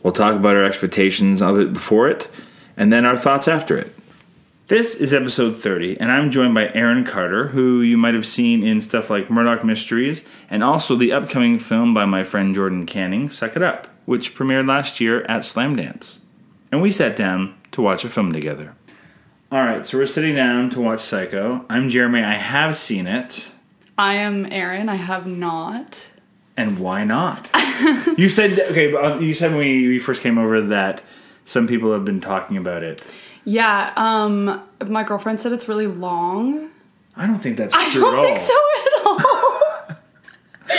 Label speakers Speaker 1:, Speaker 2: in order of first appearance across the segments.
Speaker 1: We'll talk about our expectations of it before it, and then our thoughts after it. This is episode 30, and I'm joined by Aaron Carter, who you might have seen in stuff like Murdoch Mysteries, and also the upcoming film by my friend Jordan Canning, Suck It Up, which premiered last year at Slam Dance. And we sat down to watch a film together. All right, so we're sitting down to watch Psycho. I'm Jeremy, I have seen it,
Speaker 2: I am Erin. I have not.
Speaker 1: and why not? you said, okay, but, uh, you said when we we first came over that some people have been talking about it.
Speaker 2: Yeah. Um. My girlfriend said it's really long.
Speaker 1: I don't think that's
Speaker 2: I
Speaker 1: true
Speaker 2: don't
Speaker 1: at all.
Speaker 2: think so at all.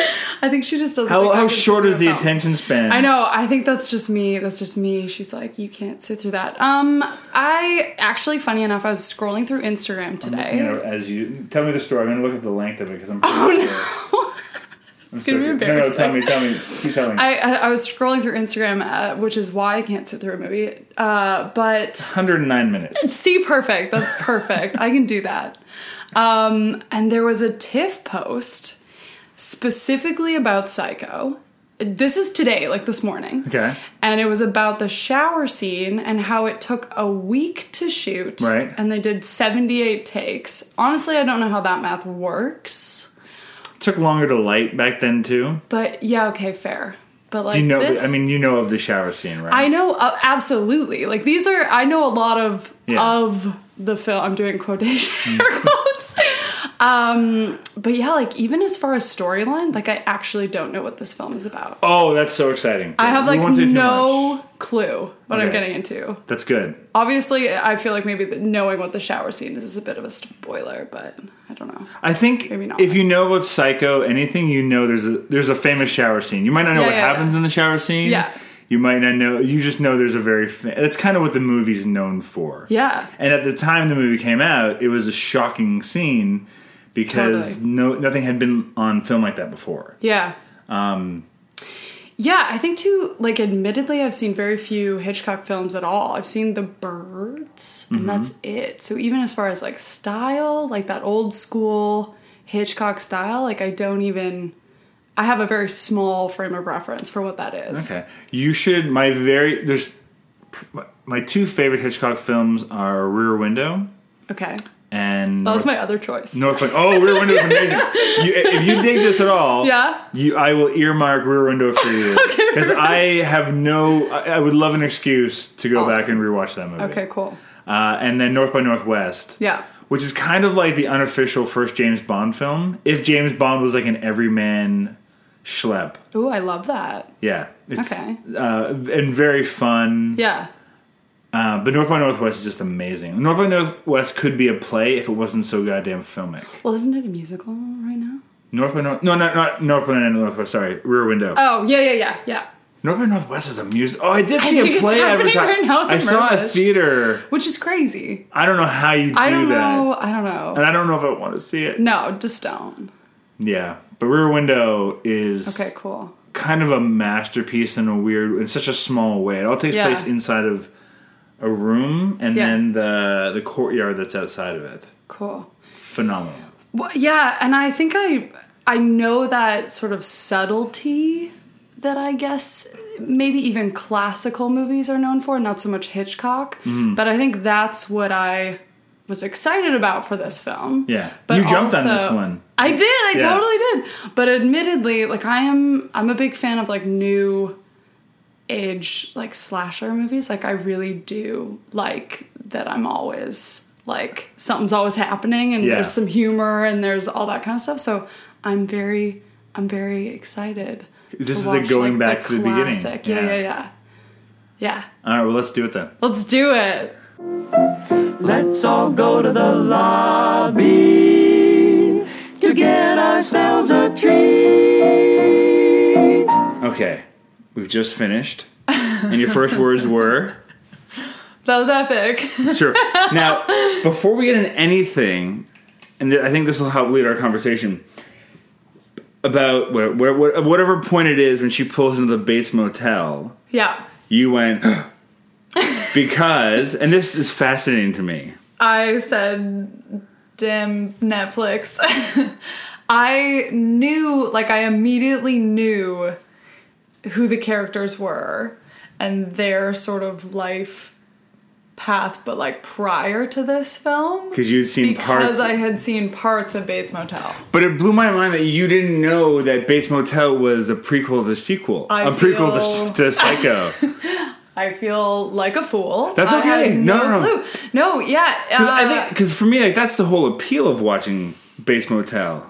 Speaker 2: I think she just doesn't.
Speaker 1: How,
Speaker 2: think I
Speaker 1: how
Speaker 2: can
Speaker 1: short
Speaker 2: sit
Speaker 1: is the
Speaker 2: through a film.
Speaker 1: attention span?
Speaker 2: I know. I think that's just me. That's just me. She's like, you can't sit through that. Um. I actually, funny enough, I was scrolling through Instagram today.
Speaker 1: You know, as you tell me the story, I'm gonna look at the length of it because I'm pretty sure. it's
Speaker 2: Oh, gonna be
Speaker 1: No, no, tell me, tell me, keep telling. me.
Speaker 2: I, I I was scrolling through Instagram, uh, which is why I can't sit through a movie. Uh, but
Speaker 1: 109 minutes.
Speaker 2: See, perfect. That's perfect. I can do that. Um, and there was a TIFF post specifically about Psycho. This is today, like this morning.
Speaker 1: Okay.
Speaker 2: And it was about the shower scene and how it took a week to shoot.
Speaker 1: Right.
Speaker 2: And they did 78 takes. Honestly, I don't know how that math works.
Speaker 1: Took longer to light back then too.
Speaker 2: But yeah, okay, fair. But like,
Speaker 1: You know,
Speaker 2: this,
Speaker 1: I mean, you know of the shower scene, right?
Speaker 2: I know uh, absolutely. Like these are I know a lot of
Speaker 1: Yeah. Mm.
Speaker 2: of the film. I'm doing quotation quotes. Um, but yeah, like even as far as storyline, like I actually don't know what this film is about.
Speaker 1: oh, that's so exciting.
Speaker 2: I have
Speaker 1: We
Speaker 2: like
Speaker 1: won't say too much.
Speaker 2: no clue what I'm
Speaker 1: Okay.
Speaker 2: getting into.
Speaker 1: That's good.
Speaker 2: Obviously, I feel like maybe the, knowing what the shower scene is is a bit of a spoiler, but I don't know.
Speaker 1: I think
Speaker 2: Maybe not.
Speaker 1: if you know about Psycho, anything you know, there's a there's a famous shower scene. You might not know
Speaker 2: Yeah,
Speaker 1: what
Speaker 2: yeah,
Speaker 1: happens
Speaker 2: yeah.
Speaker 1: in the shower scene.
Speaker 2: Yeah.
Speaker 1: You might not know. You just know there's a very. Fa- that's kind of what the movie's known for.
Speaker 2: Yeah.
Speaker 1: And at the time the movie came out, it was a shocking scene because
Speaker 2: Totally.
Speaker 1: no nothing had been on film like that before.
Speaker 2: Yeah.
Speaker 1: Um,
Speaker 2: yeah, I think too. Like, admittedly, I've seen very few Hitchcock films at all. I've seen The Birds,
Speaker 1: Mm-hmm.
Speaker 2: and that's it. So even as far as like style, like that old school Hitchcock style, like I don't even. I have a very small frame of reference for what that is.
Speaker 1: Okay. You should my very there's my- my two favorite Hitchcock films are Rear Window
Speaker 2: Okay,
Speaker 1: and
Speaker 2: that was my other choice.
Speaker 1: North Point. Oh, Rear Window is amazing. You, if you dig this at all,
Speaker 2: Yeah.
Speaker 1: you, I will earmark Rear Window for you because I have no. I, I would love an excuse to go back and
Speaker 2: Awesome.
Speaker 1: rewatch that movie.
Speaker 2: Okay, cool.
Speaker 1: uh, and then North by Northwest.
Speaker 2: Yeah.
Speaker 1: which is kind of like the unofficial first James Bond film. If James Bond was like an everyman schlep,
Speaker 2: Ooh, I love that.
Speaker 1: yeah, it's,
Speaker 2: Okay.
Speaker 1: uh, and very fun.
Speaker 2: Yeah.
Speaker 1: Uh, but North by Northwest is just amazing. North by Northwest could be a play if it wasn't so goddamn filmic.
Speaker 2: Well, isn't it a musical right now?
Speaker 1: North by North, no, no, not North by Northwest. Sorry, Rear Window.
Speaker 2: Oh yeah, yeah, yeah, yeah.
Speaker 1: North by Northwest is a music. Oh, I did see
Speaker 2: think
Speaker 1: a
Speaker 2: it's
Speaker 1: play
Speaker 2: happening
Speaker 1: advertised.
Speaker 2: right now at the
Speaker 1: I saw a
Speaker 2: Mirage.
Speaker 1: theater.
Speaker 2: Which is crazy.
Speaker 1: I don't know how you do
Speaker 2: I don't
Speaker 1: that,
Speaker 2: know. I don't know.
Speaker 1: and I don't know if I want to see it.
Speaker 2: No, just don't.
Speaker 1: Yeah, but Rear Window is
Speaker 2: Okay, cool.
Speaker 1: kind of a masterpiece in a weird in such a small way. It all takes
Speaker 2: Yeah.
Speaker 1: place inside of a room and
Speaker 2: Yeah.
Speaker 1: then the the courtyard that's outside of it.
Speaker 2: Cool.
Speaker 1: Phenomenal.
Speaker 2: Well, yeah, and I think I I know that sort of subtlety that I guess maybe even classical movies are known for, not so much Hitchcock,
Speaker 1: Mm.
Speaker 2: but I think that's what I was excited about for this film.
Speaker 1: Yeah.
Speaker 2: But
Speaker 1: you jumped on this
Speaker 2: also-
Speaker 1: one.
Speaker 2: I did. I
Speaker 1: Yeah.
Speaker 2: totally did. But admittedly, like I am, I'm a big fan of like new age like slasher movies. Like I really do like that. I'm always like something's always happening, and
Speaker 1: Yeah.
Speaker 2: there's some humor, and there's all that kind of stuff. So I'm very, I'm very excited.
Speaker 1: This is
Speaker 2: to
Speaker 1: a
Speaker 2: watch,
Speaker 1: going
Speaker 2: like,
Speaker 1: back to the beginning.
Speaker 2: classic. Yeah,
Speaker 1: Yeah.
Speaker 2: yeah, yeah, yeah.
Speaker 1: All right, well let's do it then.
Speaker 2: Let's do it.
Speaker 3: Let's all go to the lobby to get ourselves a treat.
Speaker 1: Okay. We've just finished. And your first words were
Speaker 2: That was epic.
Speaker 1: Sure. now, before we get into anything, and I think this will help lead our conversation about what, what, what, whatever point it is when she pulls into the Bates Motel,
Speaker 2: yeah.
Speaker 1: you went because, and this is fascinating to me.
Speaker 2: I said, damn Netflix. I knew, like, I immediately knew who the characters were and their sort of life path, but like prior to this film.
Speaker 1: Because you'd seen
Speaker 2: Because
Speaker 1: parts,
Speaker 2: I had seen parts of Bates Motel.
Speaker 1: but it blew my mind that you didn't know that Bates Motel was a prequel to sequel,
Speaker 2: I
Speaker 1: a prequel
Speaker 2: feel-
Speaker 1: to, to Psycho.
Speaker 2: I feel like a fool.
Speaker 1: That's
Speaker 2: I
Speaker 1: okay.
Speaker 2: had
Speaker 1: No, no,
Speaker 2: no,
Speaker 1: no.
Speaker 2: clue. No, yeah. uh,
Speaker 1: Because for me, like that's the whole appeal of watching Bates Motel.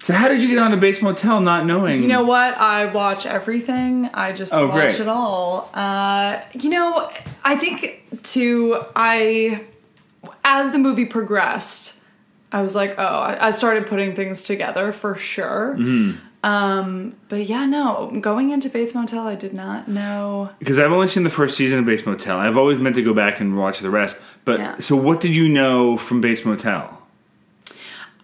Speaker 1: So how did you get onto Bates Motel not knowing?
Speaker 2: You know what? I watch everything. I just
Speaker 1: Oh,
Speaker 2: watch
Speaker 1: great.
Speaker 2: it all. Uh, you know, I think too. I as the movie progressed, I was like, oh, I I started putting things together for sure.
Speaker 1: Mm-hmm.
Speaker 2: Um, but yeah, no, going into Bates Motel, I did not know.
Speaker 1: because I've only seen the first season of Bates Motel. I've always meant to go back and watch the rest. But
Speaker 2: Yeah.
Speaker 1: so, what did you know from Bates Motel?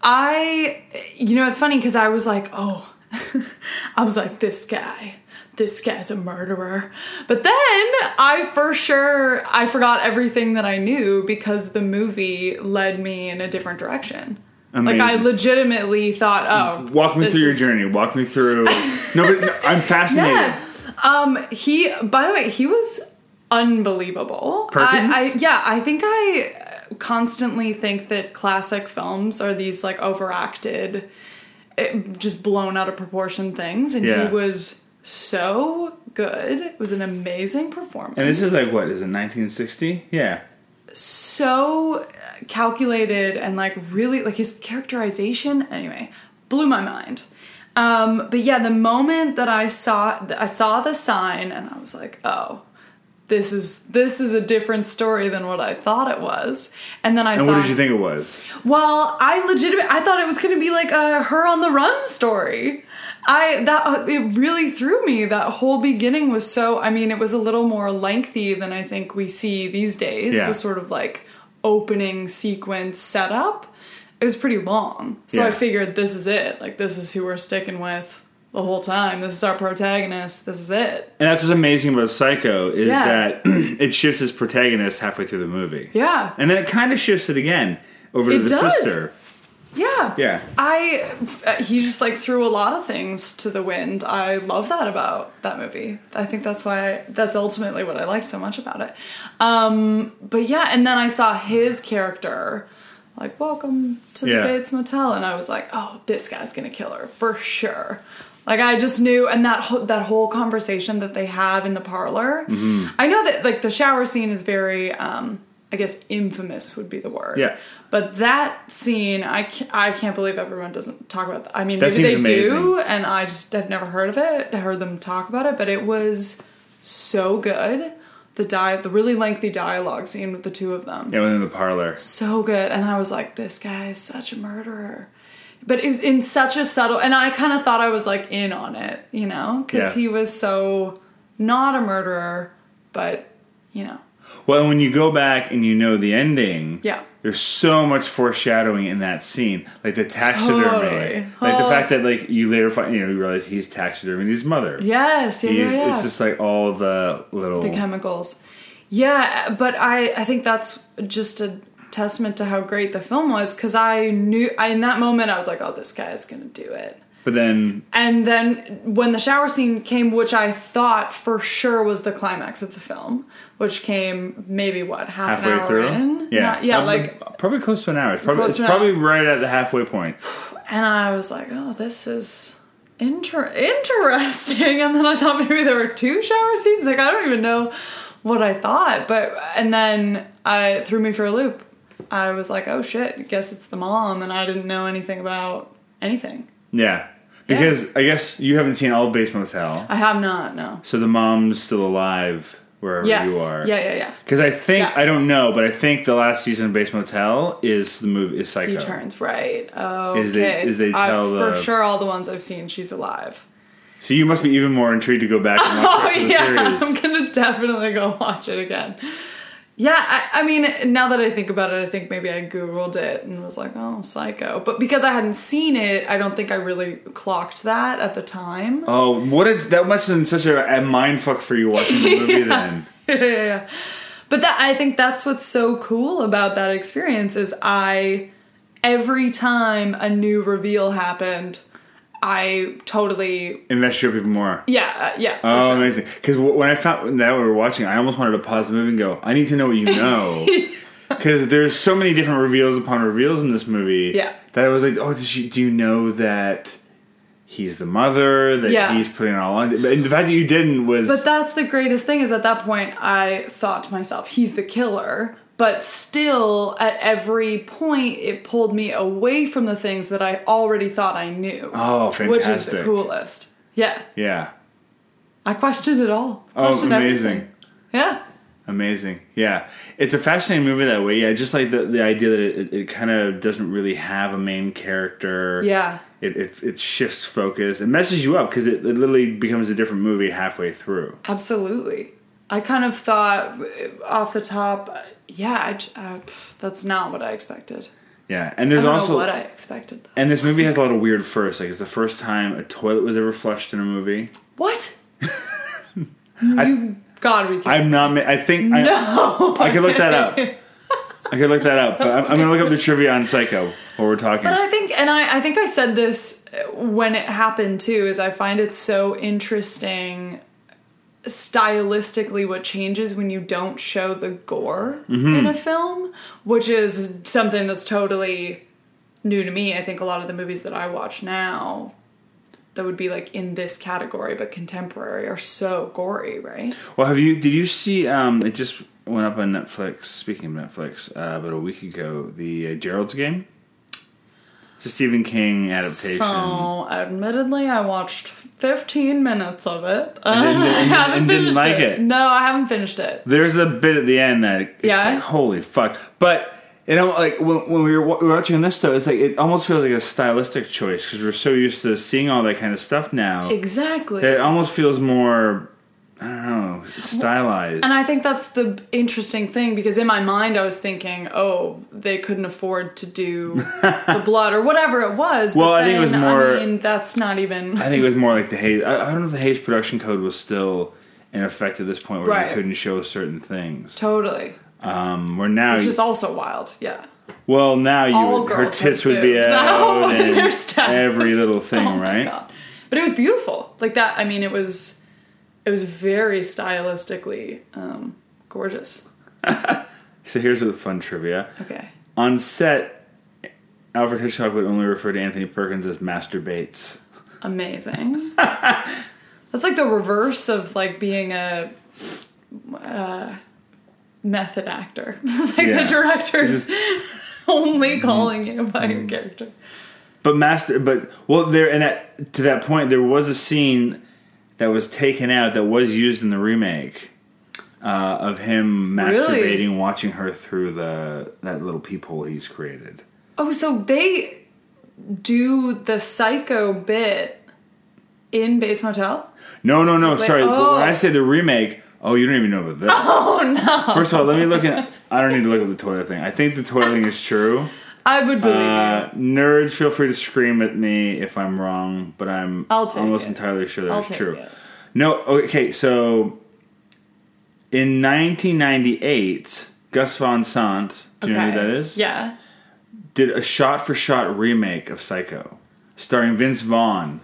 Speaker 2: I, you know, it's funny because I was like, oh, I was like, this guy, this guy's a murderer. But then I for sure, I forgot everything that I knew because the movie led me in a different direction. Like I
Speaker 1: Amazing.
Speaker 2: legitimately thought, oh,
Speaker 1: Walk me
Speaker 2: this
Speaker 1: through your
Speaker 2: is-
Speaker 1: journey. Walk me through. no, but no, I'm fascinated.
Speaker 2: Yeah. Um, he, by the way, he was unbelievable.
Speaker 1: Perkins?
Speaker 2: I, I, yeah, I think I constantly think that classic films are these like overacted, it, just blown out of proportion things. And
Speaker 1: Yeah.
Speaker 2: he was so good. It was an amazing performance.
Speaker 1: And this is like what is it 1960? Yeah.
Speaker 2: so calculated and like really, like his characterization, anyway, blew my mind. Um, but yeah, the moment that I saw I saw the sign and I was like, oh, this is this is a different story than what I thought it was. And then I
Speaker 1: And
Speaker 2: saw
Speaker 1: what did you think it was?
Speaker 2: Well, I legit I thought it was going to be like a her on the run story. I that it really threw me. That whole beginning was so I mean, it was a little more lengthy than I think we see these days.
Speaker 1: Yeah.
Speaker 2: The sort of like opening sequence setup. It was pretty long. So
Speaker 1: Yeah.
Speaker 2: I figured this is it. Like this is who we're sticking with the whole time. This is our protagonist. This is it.
Speaker 1: And that's what's amazing about Psycho is
Speaker 2: Yeah.
Speaker 1: that it shifts its protagonist halfway through the movie.
Speaker 2: Yeah.
Speaker 1: And then it kind of shifts it again over to
Speaker 2: It
Speaker 1: the
Speaker 2: does.
Speaker 1: sister.
Speaker 2: Yeah.
Speaker 1: Yeah.
Speaker 2: I uh, he just like threw a lot of things to the wind. I love that about that movie. I think that's why that's ultimately what I liked so much about it. Um but yeah, and then I saw his character like welcome to
Speaker 1: Yeah.
Speaker 2: the Bates Motel and I was like, "Oh, this guy's going to kill her for sure." Like I just knew and that whole, that whole conversation that they have in the parlor.
Speaker 1: Mm-hmm.
Speaker 2: I know that like the shower scene is very um I guess infamous would be the word.
Speaker 1: Yeah.
Speaker 2: But that scene, I can't, I can't believe everyone doesn't talk about that. I mean,
Speaker 1: That
Speaker 2: maybe they
Speaker 1: seems
Speaker 2: do, and I just have never heard of it, heard them talk about it, but it was so good. The di- the really lengthy dialogue scene with the two of them.
Speaker 1: Yeah, within the parlor.
Speaker 2: So good. And I was like, this guy is such a murderer. But it was in such a subtle, and I kind of thought I was like in on it, you know? Because
Speaker 1: Yeah.
Speaker 2: he was so not a murderer, but, you know,
Speaker 1: Well, when you go back and you know the ending,
Speaker 2: Yeah.
Speaker 1: there's so much foreshadowing in that scene, like the taxidermy,
Speaker 2: Totally.
Speaker 1: like the
Speaker 2: Oh.
Speaker 1: fact that like you later find you know you realize he's taxiderming his mother.
Speaker 2: yes, yeah,
Speaker 1: he's,
Speaker 2: yeah, yeah.
Speaker 1: it's just like all the little
Speaker 2: the chemicals. Yeah, but I I think that's just a testament to how great the film was because I knew I, in that moment I was like, oh, this guy is gonna do it.
Speaker 1: but then
Speaker 2: And then when the shower scene came, which I thought for sure was the climax of the film, which came maybe what half
Speaker 1: halfway
Speaker 2: an hour
Speaker 1: through,
Speaker 2: in,
Speaker 1: yeah,
Speaker 2: Not- yeah,
Speaker 1: Um,
Speaker 2: like,
Speaker 1: probably close to an hour. It's probably
Speaker 2: Close
Speaker 1: it's
Speaker 2: to an
Speaker 1: probably right at the halfway point.
Speaker 2: and I was like, oh, this is. Inter- interesting and then i thought maybe there were two shower scenes like i don't even know what i thought but and then i it threw me for a loop i was like oh shit guess it's the mom and i didn't know anything about anything
Speaker 1: Yeah, because I guess you haven't seen all of Bates Motel,
Speaker 2: i have not no
Speaker 1: so the mom's still alive wherever
Speaker 2: yes
Speaker 1: you are.
Speaker 2: yeah yeah yeah
Speaker 1: Because I think
Speaker 2: Yeah.
Speaker 1: I don't know, but I think the last season of Bates Motel is the movie is Psycho.
Speaker 2: he turns right okay
Speaker 1: Is they- is they
Speaker 2: I-
Speaker 1: tell the-
Speaker 2: for sure all the ones i've seen she's alive
Speaker 1: So you must be even more intrigued to go back and watch the rest of
Speaker 2: oh
Speaker 1: the
Speaker 2: yeah i'm
Speaker 1: series.
Speaker 2: gonna definitely go watch it again Yeah, I, I mean, now that I think about it, I think maybe I Googled it and was like, oh, psycho. But because I hadn't seen it, I don't think I really clocked that at the time.
Speaker 1: Oh, what a, that must have been such a, a mind fuck for you watching the movie then.
Speaker 2: yeah, yeah, yeah. But that I think that's what's so cool about that experience is I every time a new reveal happened, I totally
Speaker 1: And that shook even more.
Speaker 2: yeah, uh, yeah. for
Speaker 1: Oh,
Speaker 2: sure.
Speaker 1: amazing! Because when I found that we were watching, I almost wanted to pause the movie and go, "I need to know what you know," because there's so many different reveals upon reveals in this movie.
Speaker 2: Yeah.
Speaker 1: that I was like, "Oh, did she, do you know that he's the mother? That
Speaker 2: Yeah.
Speaker 1: he's putting it all on?" But the fact that you didn't was
Speaker 2: But that's the greatest thing is at that point I thought to myself, he's the killer. But still, at every point, it pulled me away from the things that I already thought I knew.
Speaker 1: oh,
Speaker 2: which
Speaker 1: fantastic!
Speaker 2: is the coolest. Yeah,
Speaker 1: Yeah.
Speaker 2: I questioned it all.
Speaker 1: Oh,
Speaker 2: Questioned
Speaker 1: amazing.
Speaker 2: everything. Yeah.
Speaker 1: Amazing. Yeah. It's a fascinating movie that way. Yeah, just like the, the idea that it, it kind of doesn't really have a main character.
Speaker 2: Yeah.
Speaker 1: It, it, it shifts focus. It messes you up because it, it literally becomes a different movie halfway through.
Speaker 2: Absolutely. I kind of thought uh, off the top, uh, yeah, I j- uh, pff, that's not what I expected.
Speaker 1: Yeah. And
Speaker 2: I
Speaker 1: there's
Speaker 2: don't
Speaker 1: also.
Speaker 2: know what I expected. Though.
Speaker 1: and this movie has a lot of weird firsts. Like, it's the first time a toilet was ever flushed in a movie.
Speaker 2: What? you gotta be kidding.
Speaker 1: I'm not. ma- I think. I,
Speaker 2: no.
Speaker 1: I could look that up. I could look that up. But I'm, I'm going to look up the trivia on Psycho while we're talking.
Speaker 2: But I think, and I, I think I said this when it happened too, is I find it so interesting stylistically what changes when you don't show the gore
Speaker 1: Mm-hmm.
Speaker 2: in a film, which is something that's totally new to me. I think a lot of the movies that I watch now that would be like in this category but contemporary are so gory, right?
Speaker 1: Well, have you? Did you see? Um, it just went up on Netflix. Speaking of Netflix, uh, about a week ago, the uh, Gerald's Game. It's a Stephen King adaptation.
Speaker 2: So, admittedly, I watched 15 minutes of it.
Speaker 1: then-
Speaker 2: I
Speaker 1: and-
Speaker 2: haven't
Speaker 1: and didn't
Speaker 2: finished
Speaker 1: like
Speaker 2: it.
Speaker 1: it.
Speaker 2: No, I haven't finished it.
Speaker 1: There's a bit at the end that it's
Speaker 2: Yeah?
Speaker 1: like, holy fuck. But you know, like when, when we were wa- watching this though, it's like it almost feels like a stylistic choice because we're so used to seeing all that kind of stuff now.
Speaker 2: Exactly.
Speaker 1: It almost feels more. I don't know, stylized.
Speaker 2: and I think that's the interesting thing because in my mind I was thinking, oh, they couldn't afford to do the blood or whatever it was.
Speaker 1: Well,
Speaker 2: but
Speaker 1: I think it was
Speaker 2: then,
Speaker 1: more-
Speaker 2: I mean, that's not even.
Speaker 1: I think it was more like the Hayes. I, I don't know if the Hayes production code was still in effect at this point where
Speaker 2: Right.
Speaker 1: you couldn't show certain things.
Speaker 2: Totally.
Speaker 1: Um, where now,
Speaker 2: Which is also wild. Yeah.
Speaker 1: well, now you
Speaker 2: all
Speaker 1: would, her
Speaker 2: girls have
Speaker 1: tits would be
Speaker 2: boobs. Oh,
Speaker 1: out and
Speaker 2: they're stacked.
Speaker 1: every little thing,
Speaker 2: Oh my
Speaker 1: right?
Speaker 2: God. But it was beautiful. Like that, I mean, it was. It was very stylistically um, gorgeous.
Speaker 1: So here's a fun trivia:
Speaker 2: Okay.
Speaker 1: on set, Alfred Hitchcock would only refer to Anthony Perkins as "Master Bates."
Speaker 2: Amazing. That's like the reverse of like being a uh, method actor. it's like
Speaker 1: Yeah. Mm-hmm.
Speaker 2: the director's only calling you by your character.
Speaker 1: But master, but well, there and that to that point, there was a scene that was taken out that was used in the remake uh, of him masturbating,
Speaker 2: Really?
Speaker 1: watching her through the that little peephole he's created.
Speaker 2: Oh, so they do the psycho bit in Bates Motel?
Speaker 1: No, no, no. sorry, but when
Speaker 2: oh.
Speaker 1: I say the remake, oh, you don't even know about this.
Speaker 2: Oh no.
Speaker 1: First of all, let me look at. I don't need to look at the toilet thing. I think the toilet thing is true.
Speaker 2: I would believe you.
Speaker 1: Uh, nerds, feel free to scream at me if I'm wrong, but I'm
Speaker 2: I'll take
Speaker 1: almost
Speaker 2: it.
Speaker 1: entirely sure that
Speaker 2: I'll
Speaker 1: it's
Speaker 2: take
Speaker 1: true.
Speaker 2: it.
Speaker 1: No, okay, so in 1998, Gus Van Sant, do you know who
Speaker 2: Okay.
Speaker 1: that is?
Speaker 2: Yeah.
Speaker 1: Did a shot for shot remake of Psycho, starring Vince Vaughn.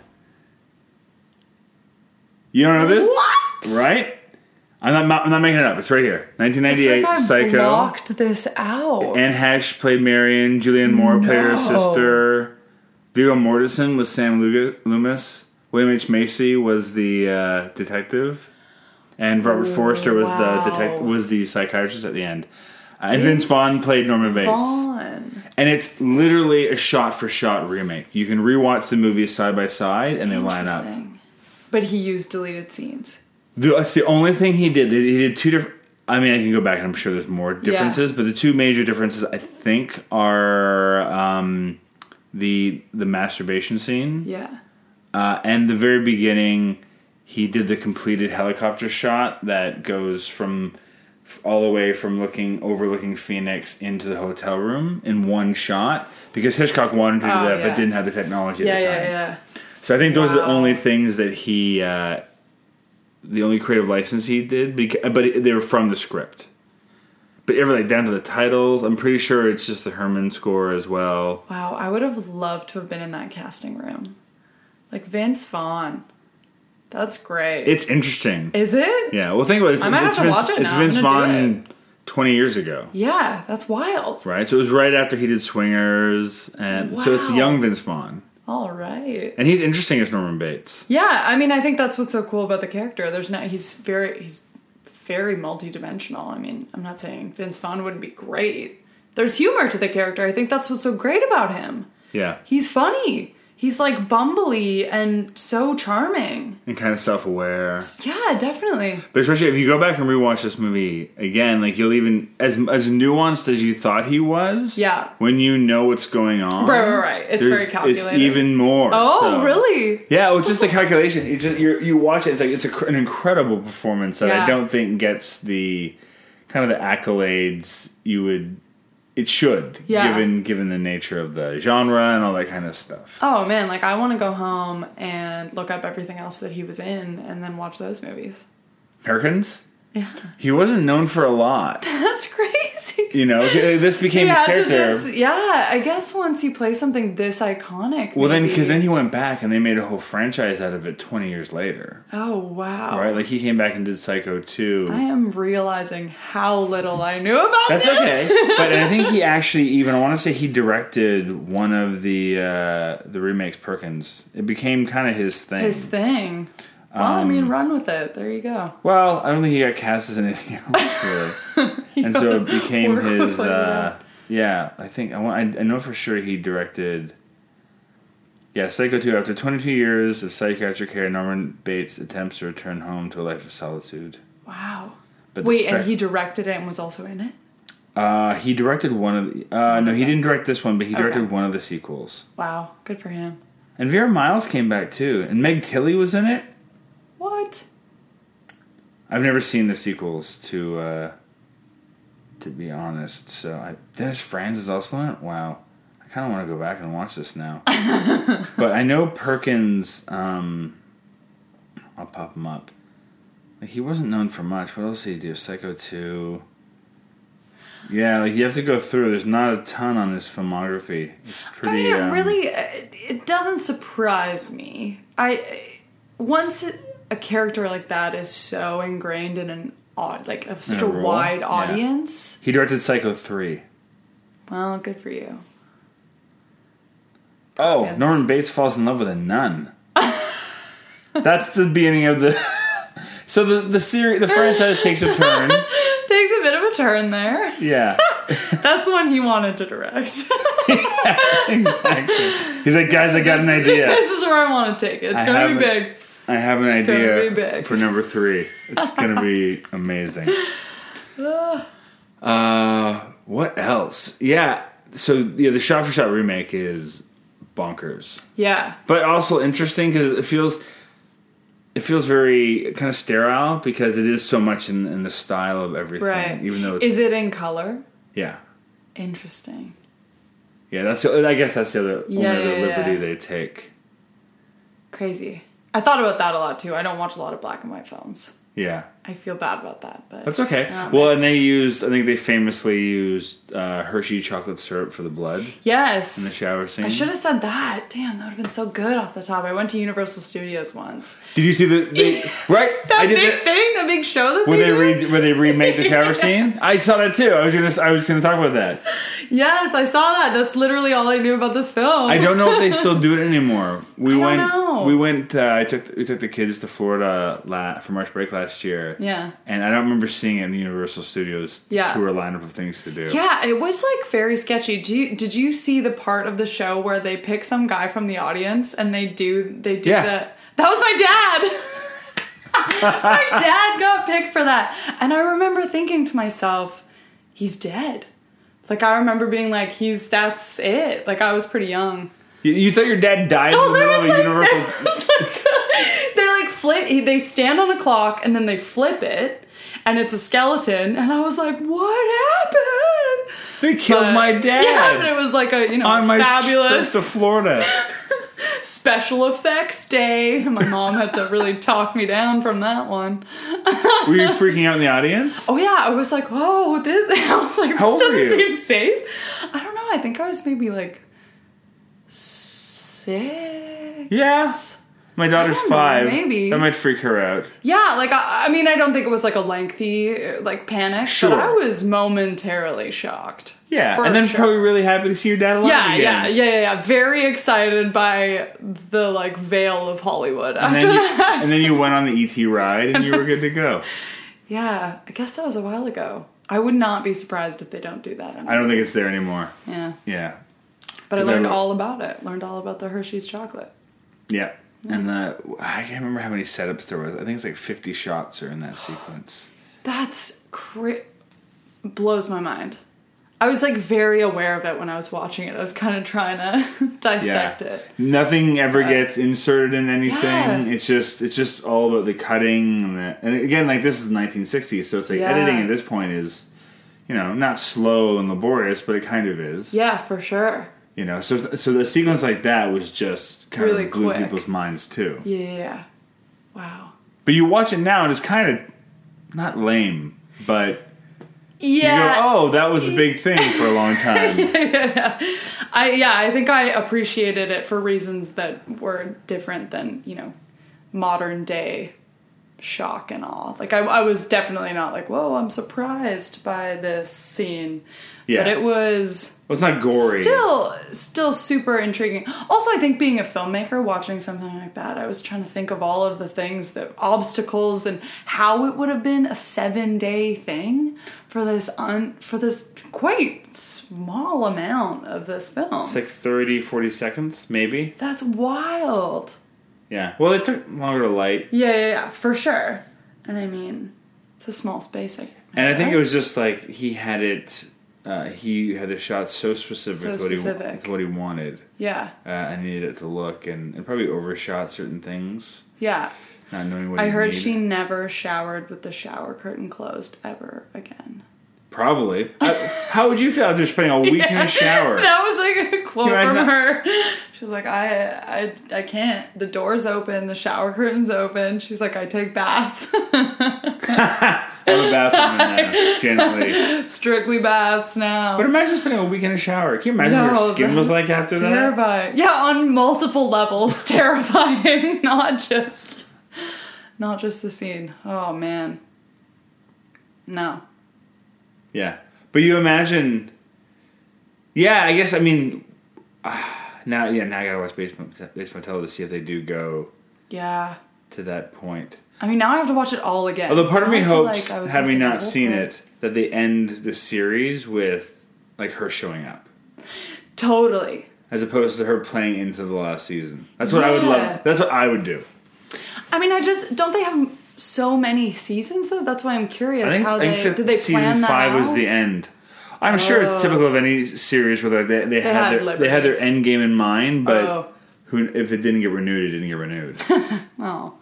Speaker 1: You don't know this?
Speaker 2: What?
Speaker 1: Right? I'm not, I'm not making it up. It's right here. 1998,
Speaker 2: It's like I
Speaker 1: Psycho.
Speaker 2: blocked this out.
Speaker 1: Anne Hesh played Marion. Julianne Moore played her
Speaker 2: No.
Speaker 1: sister. Viggo Mortensen was Sam Lug- Loomis. William H Macy was the uh, detective, and Robert Forster was the detect-
Speaker 2: Wow.
Speaker 1: was the psychiatrist at the end. Uh, and
Speaker 2: Vince
Speaker 1: Vince Vaughn played Norman Bates,
Speaker 2: Vaughn.
Speaker 1: and it's literally a shot for shot remake. You can rewatch the movies side by side, and they line up.
Speaker 2: Interesting. But he used deleted scenes.
Speaker 1: The- That's the only thing he did. He did two different. I mean, I can go back and I'm sure there's more differences, but the two major differences I think are um, the the masturbation scene
Speaker 2: Yeah.
Speaker 1: uh, and the very beginning. He did the completed helicopter shot that goes from f- all the way from looking overlooking Phoenix into the hotel room in one shot because Hitchcock wanted to do
Speaker 2: Oh,
Speaker 1: that
Speaker 2: yeah.
Speaker 1: but didn't have the technology
Speaker 2: Yeah,
Speaker 1: at the time.
Speaker 2: yeah, yeah.
Speaker 1: So I think those are the
Speaker 2: Wow.
Speaker 1: only things that he, uh, the only creative license he did, beca- but it, they were from the script. But ever like down to the titles, I'm pretty sure it's just the Herman score as well.
Speaker 2: Wow, I would have loved to have been in that casting room. Like Vince Vaughn. That's great.
Speaker 1: It's interesting.
Speaker 2: Is it?
Speaker 1: yeah, well, think about it. It's,
Speaker 2: I might
Speaker 1: it's
Speaker 2: have to
Speaker 1: Vince,
Speaker 2: watch it
Speaker 1: It's
Speaker 2: now.
Speaker 1: Vince
Speaker 2: I'm gonna do
Speaker 1: Vaughn 20 years ago,
Speaker 2: Yeah, that's wild.
Speaker 1: right? So it was right after he did Swingers, and so it's
Speaker 2: Wow.
Speaker 1: young Vince Vaughn,
Speaker 2: All right.
Speaker 1: and he's interesting as Norman Bates.
Speaker 2: Yeah, I mean, I think that's what's so cool about the character. There's not he's very he's very multidimensional. I mean, I'm not saying Vince Vaughn wouldn't be great. There's humor to the character. I think that's what's so great about him.
Speaker 1: Yeah,
Speaker 2: He's funny. He's like bumbly and so charming.
Speaker 1: and kind of self-aware.
Speaker 2: Yeah, definitely.
Speaker 1: But especially if you go back and rewatch this movie again, like you'll even as as nuanced as you thought he was.
Speaker 2: Yeah.
Speaker 1: When you know what's going on,
Speaker 2: Right, right, right. It's very
Speaker 1: there's- It's
Speaker 2: calculated.
Speaker 1: even more.
Speaker 2: Oh,
Speaker 1: so.
Speaker 2: really?
Speaker 1: Yeah. Well, just the calculation. You just you you watch it. It's like it's a, cr- an incredible performance that I
Speaker 2: Yeah.
Speaker 1: don't think gets the kind of the accolades you would. It should,
Speaker 2: Yeah.
Speaker 1: given given the nature of the genre and all that kind of stuff.
Speaker 2: Oh man, like I want to go home and look up everything else that he was in and then watch those movies.
Speaker 1: Perkins. Yeah. He wasn't known for a lot.
Speaker 2: That's crazy.
Speaker 1: You know, this became
Speaker 2: You
Speaker 1: his
Speaker 2: have to
Speaker 1: character.
Speaker 2: just- yeah, I guess once you play something this iconic.
Speaker 1: Well, then,
Speaker 2: maybe-
Speaker 1: because then he went back and they made a whole franchise out of it 20 years later.
Speaker 2: Oh wow!
Speaker 1: Right? Like, he came back and did Psycho 2.
Speaker 2: I am realizing how little I knew about
Speaker 1: That's
Speaker 2: this.
Speaker 1: okay. but I think he actually even, I want to say he directed one of the uh, the remakes, Perkins. It became kind of his thing.
Speaker 2: His thing. Well, I
Speaker 1: Um,
Speaker 2: mean, run with it. There you go.
Speaker 1: well, I don't think he got cast as anything else, really. and so it became
Speaker 2: Work with
Speaker 1: his.
Speaker 2: like
Speaker 1: Uh, yeah, I think, I, want, I, I know for sure he directed. Yeah, Psycho 2. After 22 years of psychiatric care, Norman Bates attempts to return home to a life of solitude.
Speaker 2: Wow.
Speaker 1: But the
Speaker 2: Wait,
Speaker 1: spec-
Speaker 2: and he directed it and was also in it.
Speaker 1: uh, he directed one of the, uh, no, he didn't direct this one, but he directed
Speaker 2: Okay.
Speaker 1: one of the sequels.
Speaker 2: Wow, good for him.
Speaker 1: And Vera Miles came back too, and Meg Tilly was in it.
Speaker 2: What?
Speaker 1: I've never seen the sequels to, uh, to be honest. So I, Dennis Franz is also in it. Wow, I kind of want to go back and watch this now. but I know Perkins. Um, I'll pop him up. Like he wasn't known for much. What else did he do? Psycho two. Yeah, like you have to go through. There's not a ton on his filmography. It's
Speaker 2: I
Speaker 1: pretty.
Speaker 2: mean, it
Speaker 1: um,
Speaker 2: really it it doesn't surprise me. I once a character like that is so ingrained in an odd, like of such
Speaker 1: a
Speaker 2: a,
Speaker 1: role?
Speaker 2: wide
Speaker 1: Yeah.
Speaker 2: audience.
Speaker 1: He directed Psycho three.
Speaker 2: Well, good for you.
Speaker 1: Oh,
Speaker 2: Perkins.
Speaker 1: Norman Bates falls in love with a nun. That's the beginning of the. so the the series the franchise takes a turn.
Speaker 2: Takes a bit of a turn there.
Speaker 1: Yeah,
Speaker 2: That's the one he wanted to direct.
Speaker 1: exactly. He's like, guys, I got an idea.
Speaker 2: this is where I want to take it. It's
Speaker 1: I
Speaker 2: gonna be
Speaker 1: haven't-
Speaker 2: big.
Speaker 1: I have an
Speaker 2: gonna
Speaker 1: idea
Speaker 2: be big.
Speaker 1: for number three. It's gonna be amazing. Uh, what else? Yeah. So yeah, the shot for shot remake is bonkers.
Speaker 2: Yeah.
Speaker 1: but also interesting because it feels it feels very kind of sterile because it is so much in, in the style of everything
Speaker 2: Right.
Speaker 1: even though it's,
Speaker 2: is it in color?
Speaker 1: yeah
Speaker 2: Interesting.
Speaker 1: yeah that's the- i guess that's the other only
Speaker 2: Yeah,
Speaker 1: other
Speaker 2: yeah,
Speaker 1: liberty
Speaker 2: yeah.
Speaker 1: they take
Speaker 2: Crazy. I thought about that a lot too. I don't watch a lot of black and white films.
Speaker 1: yeah
Speaker 2: I feel bad about that, but
Speaker 1: that's okay
Speaker 2: Um,
Speaker 1: well
Speaker 2: it's-
Speaker 1: and they used i think they famously used uh, hershey chocolate syrup for the blood in
Speaker 2: Yes.
Speaker 1: the shower scene
Speaker 2: I should have said that. Damn, that would have been so good off the top. I went to Universal Studios once.
Speaker 1: did you see the they, right
Speaker 2: That
Speaker 1: i
Speaker 2: big
Speaker 1: did that
Speaker 2: thing, that big show that
Speaker 1: where
Speaker 2: they,
Speaker 1: they
Speaker 2: did?
Speaker 1: re- where they remade the shower scene i saw that too i was gonna i was gonna talk about that
Speaker 2: Yes, I saw that. That's literally all I knew about this film.
Speaker 1: I don't know if they still do it anymore. We
Speaker 2: I don't
Speaker 1: went.
Speaker 2: know.
Speaker 1: We went. Uh, I took we took the kids to Florida la- for March break last year.
Speaker 2: Yeah.
Speaker 1: and I don't remember seeing it in the Universal Studios
Speaker 2: Yeah.
Speaker 1: tour lineup of things to do.
Speaker 2: Yeah, it was like very sketchy. Do you, did you see the part of the show where they pick some guy from the audience and they do they do
Speaker 1: Yeah.
Speaker 2: the That was my dad. my dad got picked for that. And I remember thinking to myself, he's dead. Like I remember being like he's that's it. Like I was pretty young.
Speaker 1: You, you thought your dad died in
Speaker 2: Oh,
Speaker 1: the
Speaker 2: there
Speaker 1: middle of
Speaker 2: was
Speaker 1: a
Speaker 2: like,
Speaker 1: Universal?
Speaker 2: there was like- they like flip. He, they stand on a clock and then they flip it, and it's a skeleton. And I was like, "What happened?"
Speaker 1: They killed
Speaker 2: But-
Speaker 1: my dad
Speaker 2: Yeah, but it was like a you know
Speaker 1: on my
Speaker 2: fabulous
Speaker 1: trip to Florida.
Speaker 2: special effects day. My mom had to really talk me down from that one.
Speaker 1: Were you freaking out in the audience?
Speaker 2: Oh yeah, I was like, "Whoa, this!" I was like, "This
Speaker 1: How old were
Speaker 2: doesn't
Speaker 1: you?
Speaker 2: seem safe." I don't know. I think I was maybe like six.
Speaker 1: Yeah. My daughter's
Speaker 2: I don't know,
Speaker 1: five.
Speaker 2: maybe.
Speaker 1: that might freak her out.
Speaker 2: Yeah, like I, I mean, I don't think it was like a lengthy uh, like panic,
Speaker 1: Sure.
Speaker 2: but I was momentarily shocked.
Speaker 1: Yeah,
Speaker 2: For
Speaker 1: and then
Speaker 2: sure.
Speaker 1: probably really happy to see your dad alive
Speaker 2: Yeah,
Speaker 1: again.
Speaker 2: yeah, yeah, yeah, yeah. Very excited by the like veil of Hollywood
Speaker 1: And
Speaker 2: after
Speaker 1: then, you,
Speaker 2: that.
Speaker 1: and then you went on the ET ride and you were good to go.
Speaker 2: yeah, I guess that was a while ago. I would not be surprised if they don't do that.
Speaker 1: I don't think it's there anymore.
Speaker 2: yeah,
Speaker 1: Yeah.
Speaker 2: but I
Speaker 1: Is that
Speaker 2: learned
Speaker 1: right?
Speaker 2: all about it. Learned all about the Hershey's chocolate.
Speaker 1: Yeah. And the, I can't remember how many setups there was. I think it's like 50 shots are in that sequence.
Speaker 2: That's cra- blows my mind. I was like very aware of it when I was watching it. I was kind of trying to dissect it. Uh,
Speaker 1: Nothing ever gets inserted in anything.
Speaker 2: Yeah.
Speaker 1: It's just it's just all about the cutting and the, and again like this is 1960s, so it's like
Speaker 2: Yeah.
Speaker 1: editing at this point is you know not slow and laborious, but it kind of is.
Speaker 2: Yeah, for sure.
Speaker 1: You know, so so the sequence like that was just kind
Speaker 2: Really
Speaker 1: of blew
Speaker 2: quick.
Speaker 1: people's minds too.
Speaker 2: Yeah, yeah, yeah. Wow.
Speaker 1: But you watch it now and it's kind of not lame, but
Speaker 2: Yeah.
Speaker 1: you go, oh, that was a big thing for a long time. "Oh."
Speaker 2: I yeah, I think I appreciated it for reasons that were different than, you know, modern day shock and awe. Like I, I was definitely not like, whoa, I'm surprised by this scene.
Speaker 1: Yeah.
Speaker 2: But it was
Speaker 1: Well, it's not gory.
Speaker 2: Still, still super intriguing. Also, I think being a filmmaker, watching something like that, I was trying to think of all of the things, the obstacles, and how it would have been a seven-day thing for this un, for this quite small amount of this film.
Speaker 1: It's like 30, 40 seconds, maybe.
Speaker 2: That's wild.
Speaker 1: Yeah. Well, it took longer to light.
Speaker 2: Yeah, yeah, yeah, for sure. And I mean, it's a small space. I,
Speaker 1: And I think it was just like he had it. Uh, he had the shot so specific,
Speaker 2: So
Speaker 1: with, what he,
Speaker 2: specific.
Speaker 1: with what he wanted.
Speaker 2: yeah,
Speaker 1: Uh, I needed it to look and, and probably overshot certain things,
Speaker 2: yeah.
Speaker 1: not knowing what
Speaker 2: I
Speaker 1: he
Speaker 2: heard
Speaker 1: needed.
Speaker 2: she never showered with the shower curtain closed ever again.
Speaker 1: probably. Uh, how would you feel after spending a week in a shower?
Speaker 2: That was like a quote
Speaker 1: Can you
Speaker 2: from
Speaker 1: imagine
Speaker 2: her. She was like, I, I, I can't. The door's open. The shower curtain's open. She's like, I take baths,
Speaker 1: Go to the bathroom and, uh, generally.
Speaker 2: strictly baths now.
Speaker 1: But imagine spending a week in a shower. Can you imagine what
Speaker 2: No,
Speaker 1: your skin was like after that?
Speaker 2: terrifying. Yeah, on multiple levels, terrifying. Not just, not just the scene. Oh man. No.
Speaker 1: Yeah. But you imagine. Yeah, I guess, I mean. ah, now, yeah, now I gotta watch Basement, Basement Motel to see if they do go
Speaker 2: Yeah.
Speaker 1: to that point.
Speaker 2: I mean, now I have to watch it all again.
Speaker 1: Although part of
Speaker 2: Now
Speaker 1: me
Speaker 2: I feel
Speaker 1: hopes,
Speaker 2: like I was
Speaker 1: had we
Speaker 2: missing the
Speaker 1: not
Speaker 2: whole
Speaker 1: seen
Speaker 2: point.
Speaker 1: it, that they end the series with like her showing up,
Speaker 2: totally.
Speaker 1: as opposed to her playing into the last season. That's what I would
Speaker 2: Yeah.
Speaker 1: love. That's what I would do.
Speaker 2: I mean, I just don't they have so many seasons though. That's why I'm curious
Speaker 1: I think,
Speaker 2: how
Speaker 1: I think
Speaker 2: they
Speaker 1: fifth-
Speaker 2: did they
Speaker 1: season
Speaker 2: plan that
Speaker 1: five was
Speaker 2: out?
Speaker 1: the end. I'm sure it's
Speaker 2: Oh.
Speaker 1: typical of any series where they, they, had,
Speaker 2: had
Speaker 1: their, they had their
Speaker 2: liberties.
Speaker 1: end game in mind, but
Speaker 2: Oh.
Speaker 1: who, if it didn't get renewed, it didn't get renewed.
Speaker 2: Oh,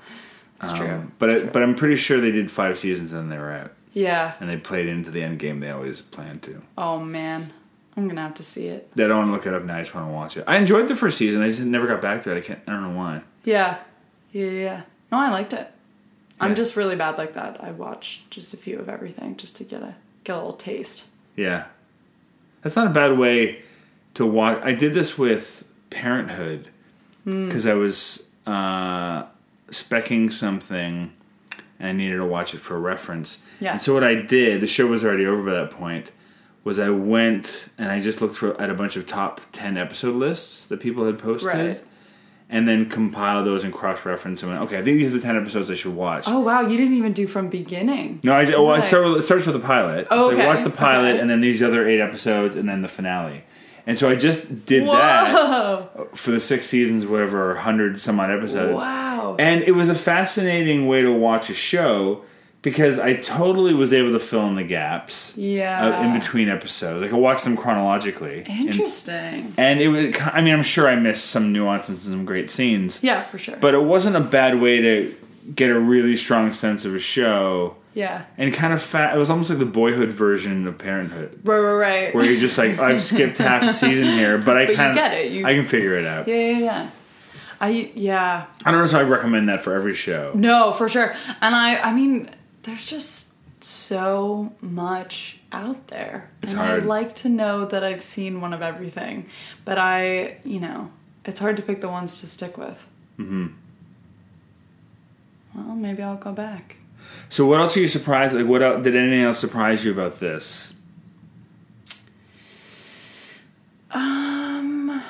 Speaker 2: that's true.
Speaker 1: Um, but I, but I'm pretty sure they did five seasons and then they were out,
Speaker 2: Yeah.
Speaker 1: and they played into the end game they always planned to.
Speaker 2: Oh man, I'm gonna have to see it.
Speaker 1: I don't want to look it up now. I just want to watch it. I enjoyed the first season. I just never got back to it. I can't. I don't know why.
Speaker 2: Yeah. Yeah. yeah, Yeah. No, I liked it.
Speaker 1: Yeah.
Speaker 2: I'm just really bad like that. I watch just a few of everything just to get a get a little taste.
Speaker 1: Yeah, that's not a bad way to watch. I did this with Parenthood
Speaker 2: Hmm.
Speaker 1: because I was uh, specking something and I needed to watch it for reference.
Speaker 2: Yeah.
Speaker 1: And so what I did, the show was already over by that point. Was I went and I just looked for at a bunch of top ten episode lists that people had posted,
Speaker 2: Right.
Speaker 1: and then compiled those and cross reference them. And okay, I think these are the ten episodes I should watch.
Speaker 2: Oh wow, you didn't even do from beginning.
Speaker 1: No, I, well, I
Speaker 2: Right.
Speaker 1: start with, it starts with the pilot. so I
Speaker 2: Okay,
Speaker 1: watched the pilot
Speaker 2: okay.
Speaker 1: and then these other eight episodes and then the finale. And so I just did
Speaker 2: Whoa.
Speaker 1: that for the six seasons, whatever, hundred some odd episodes.
Speaker 2: Wow.
Speaker 1: And it was a fascinating way to watch a show because I totally was able to fill in the gaps.
Speaker 2: Yeah.
Speaker 1: uh, in between episodes, like I watched them chronologically. And,
Speaker 2: Interesting.
Speaker 1: and it was, I mean, I'm sure I missed some nuances and some great scenes,
Speaker 2: Yeah, for sure.
Speaker 1: but it wasn't a bad way to get a really strong sense of a show
Speaker 2: Yeah.
Speaker 1: and kind of fat. It was almost like the boyhood version of Parenthood,
Speaker 2: Right, right,
Speaker 1: where
Speaker 2: right.
Speaker 1: you're just like, I've skipped half a season here, but I
Speaker 2: But you
Speaker 1: kind
Speaker 2: get it, you-
Speaker 1: I can figure it out.
Speaker 2: Yeah, yeah, yeah. I yeah.
Speaker 1: I don't know if I recommend that for every show.
Speaker 2: No, for sure. And I I mean, there's just so much out there.
Speaker 1: It's
Speaker 2: and
Speaker 1: hard.
Speaker 2: I like to know that I've seen one of everything. But I, you know, it's hard to pick the ones to stick with.
Speaker 1: Mm-hmm.
Speaker 2: Mhm. Well, maybe I'll go back.
Speaker 1: So what else are you surprised? Like, what else, did anything else surprise you about this?
Speaker 2: Um,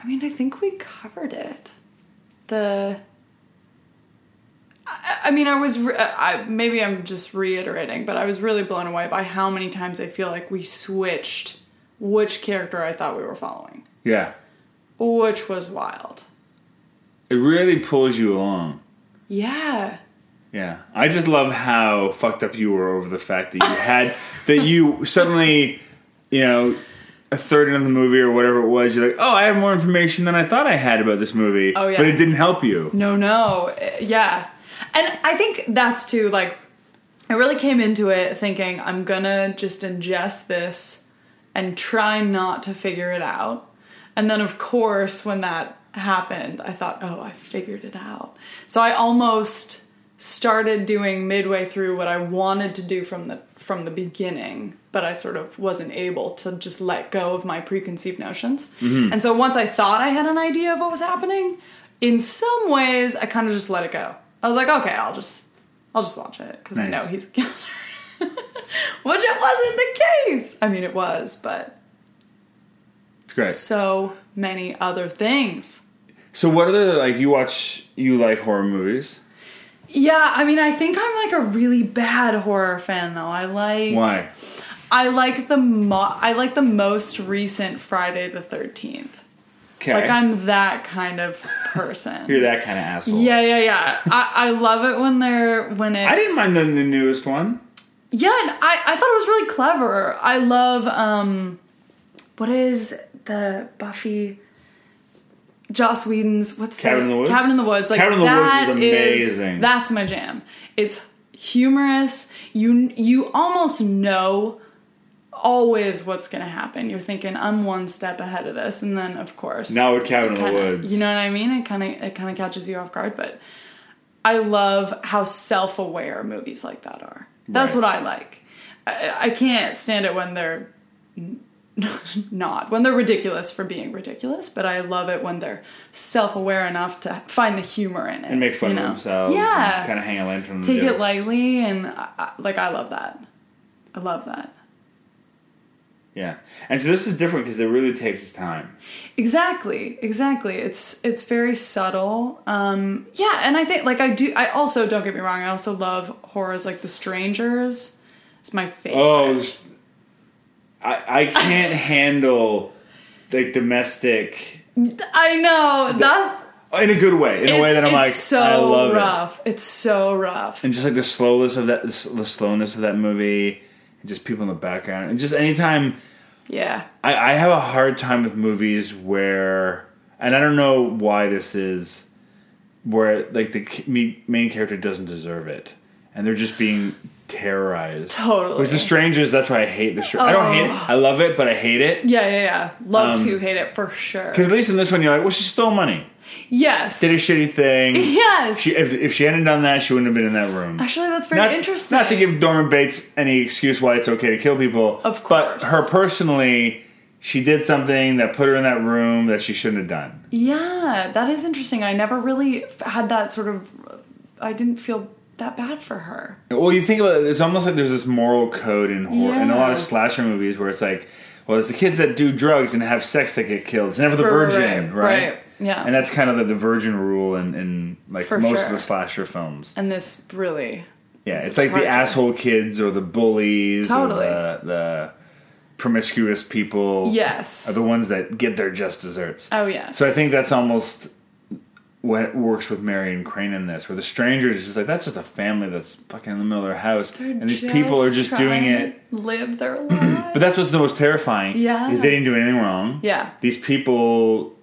Speaker 2: I mean, I think we covered it. The. I, I mean, I was. Re- uh, I maybe I'm just reiterating, but I was really blown away by how many times I feel like we switched which character I thought we were following,
Speaker 1: Yeah,
Speaker 2: which was wild.
Speaker 1: it really pulls you along.
Speaker 2: Yeah.
Speaker 1: Yeah, I just love how fucked up you were over the fact that you had that you suddenly, you know, a third into the movie or whatever it was, you're like, oh, I have more information than I thought I had about this movie.
Speaker 2: Oh, yeah.
Speaker 1: but it didn't help you.
Speaker 2: No, no. Uh, Yeah. And I think that's too, like, I really came into it thinking I'm gonna just ingest this and try not to figure it out. And then, of course, when that happened, I thought, oh, I figured it out. So I almost started doing midway through what I wanted to do from the from the beginning, but I sort of wasn't able to just let go of my preconceived notions. And so once I thought I had an idea of what was happening, in some ways I kind of just let it go. I was like, okay, I'll just I'll just watch it because I
Speaker 1: Nice.
Speaker 2: know he's a killer. Which it wasn't the case. I mean, it was, but
Speaker 1: It's great.
Speaker 2: so many other things.
Speaker 1: So what are the like you watch? You like horror movies?
Speaker 2: Yeah, I mean, I think I'm like a really bad horror fan though. I like
Speaker 1: Why?
Speaker 2: I like the mo- I like the most recent Friday the 13th.
Speaker 1: Okay,
Speaker 2: Like I'm that kind of person.
Speaker 1: you're that kind of asshole.
Speaker 2: yeah, yeah, yeah. I, I love it when they're when it's
Speaker 1: I didn't mind the, the newest one.
Speaker 2: Yeah, and I, I thought it was really clever. I love um what is the Buffy Joss Whedon's what's
Speaker 1: Cabin in the Woods?
Speaker 2: Cabin in the Woods. Like
Speaker 1: Cabin in the Woods
Speaker 2: that
Speaker 1: is
Speaker 2: is-
Speaker 1: amazing.
Speaker 2: that's my jam. It's humorous. You you almost know always what's gonna happen. You're thinking, I'm one step ahead of this, and then of course
Speaker 1: Now with Cabin in the
Speaker 2: kinda-
Speaker 1: Woods.
Speaker 2: You know what I mean? It kind of it kind of catches you off guard, but I love how self aware movies like that are. That's
Speaker 1: Right.
Speaker 2: what I like. I, I can't stand it when they're n- not when they're ridiculous for being ridiculous, but I love it when they're self aware enough to find the humor in it
Speaker 1: and make fun
Speaker 2: you know?
Speaker 1: of themselves.
Speaker 2: Yeah,
Speaker 1: kind of hang a lantern. on the
Speaker 2: take
Speaker 1: jokes.
Speaker 2: it lightly, and I, I, like I love that. I love that.
Speaker 1: Yeah, and so this is different because it really takes its time.
Speaker 2: Exactly, exactly. It's it's very subtle. Um yeah, and I think like I do I also don't get me wrong, I also love horrors like The Strangers. It's my favorite.
Speaker 1: Oh, s- I I can't handle like domestic
Speaker 2: I know. That's
Speaker 1: in a good way, in a
Speaker 2: it's,
Speaker 1: way that I'm
Speaker 2: it's
Speaker 1: like
Speaker 2: so
Speaker 1: I love it,
Speaker 2: rough. It's so rough.
Speaker 1: and just like the slowness of that, the slowness of that movie, and just people in the background, and just anytime
Speaker 2: Yeah.
Speaker 1: I, I have a hard time with movies where, and I don't know why this is, where like the k- me- main character doesn't deserve it, and they're just being terrorized.
Speaker 2: Totally.
Speaker 1: Which the strangers. That's why I hate the. Str- I don't hate it. I love it, but I hate it
Speaker 2: Yeah, yeah, yeah. Love
Speaker 1: Um,
Speaker 2: to hate it for sure.
Speaker 1: because at least in this one, you're like, well, she stole money.
Speaker 2: Yes.
Speaker 1: Did a shitty thing.
Speaker 2: yes.
Speaker 1: She, if, if she hadn't done that, she wouldn't have been in that room.
Speaker 2: Actually that's very
Speaker 1: Not,
Speaker 2: interesting.
Speaker 1: not to give Norman Bates any excuse why it's okay to kill people.
Speaker 2: Of
Speaker 1: But
Speaker 2: course.
Speaker 1: her personally, she did something that put her in that room that she shouldn't have done.
Speaker 2: Yeah, that is interesting. I never really f- had that sort of I didn't feel that bad for her.
Speaker 1: Well, you think about it, it's almost like there's this moral code in horror, in a lot of
Speaker 2: Yeah.
Speaker 1: slasher movies where it's like, well, it's the kids that do drugs and have sex that get killed. It's never the
Speaker 2: Right,
Speaker 1: virgin, right?
Speaker 2: right, right. Yeah.
Speaker 1: And that's kind of the, the virgin rule in, in like
Speaker 2: For
Speaker 1: most of
Speaker 2: sure.
Speaker 1: the slasher films.
Speaker 2: And this really
Speaker 1: Yeah, it's
Speaker 2: a
Speaker 1: like the
Speaker 2: hard one.
Speaker 1: asshole kids or the bullies
Speaker 2: Totally.
Speaker 1: or the, the promiscuous people.
Speaker 2: Yes.
Speaker 1: Are the ones that get their just desserts.
Speaker 2: Oh, yes.
Speaker 1: So I think that's almost what works with Marion Crane in this, where the stranger is just like, that's just a family that's fucking in the middle of their house. and these people are just doing it.
Speaker 2: Live their life.
Speaker 1: But that's what's the most terrifying.
Speaker 2: Yeah.
Speaker 1: Is they didn't do anything wrong.
Speaker 2: Yeah.
Speaker 1: These people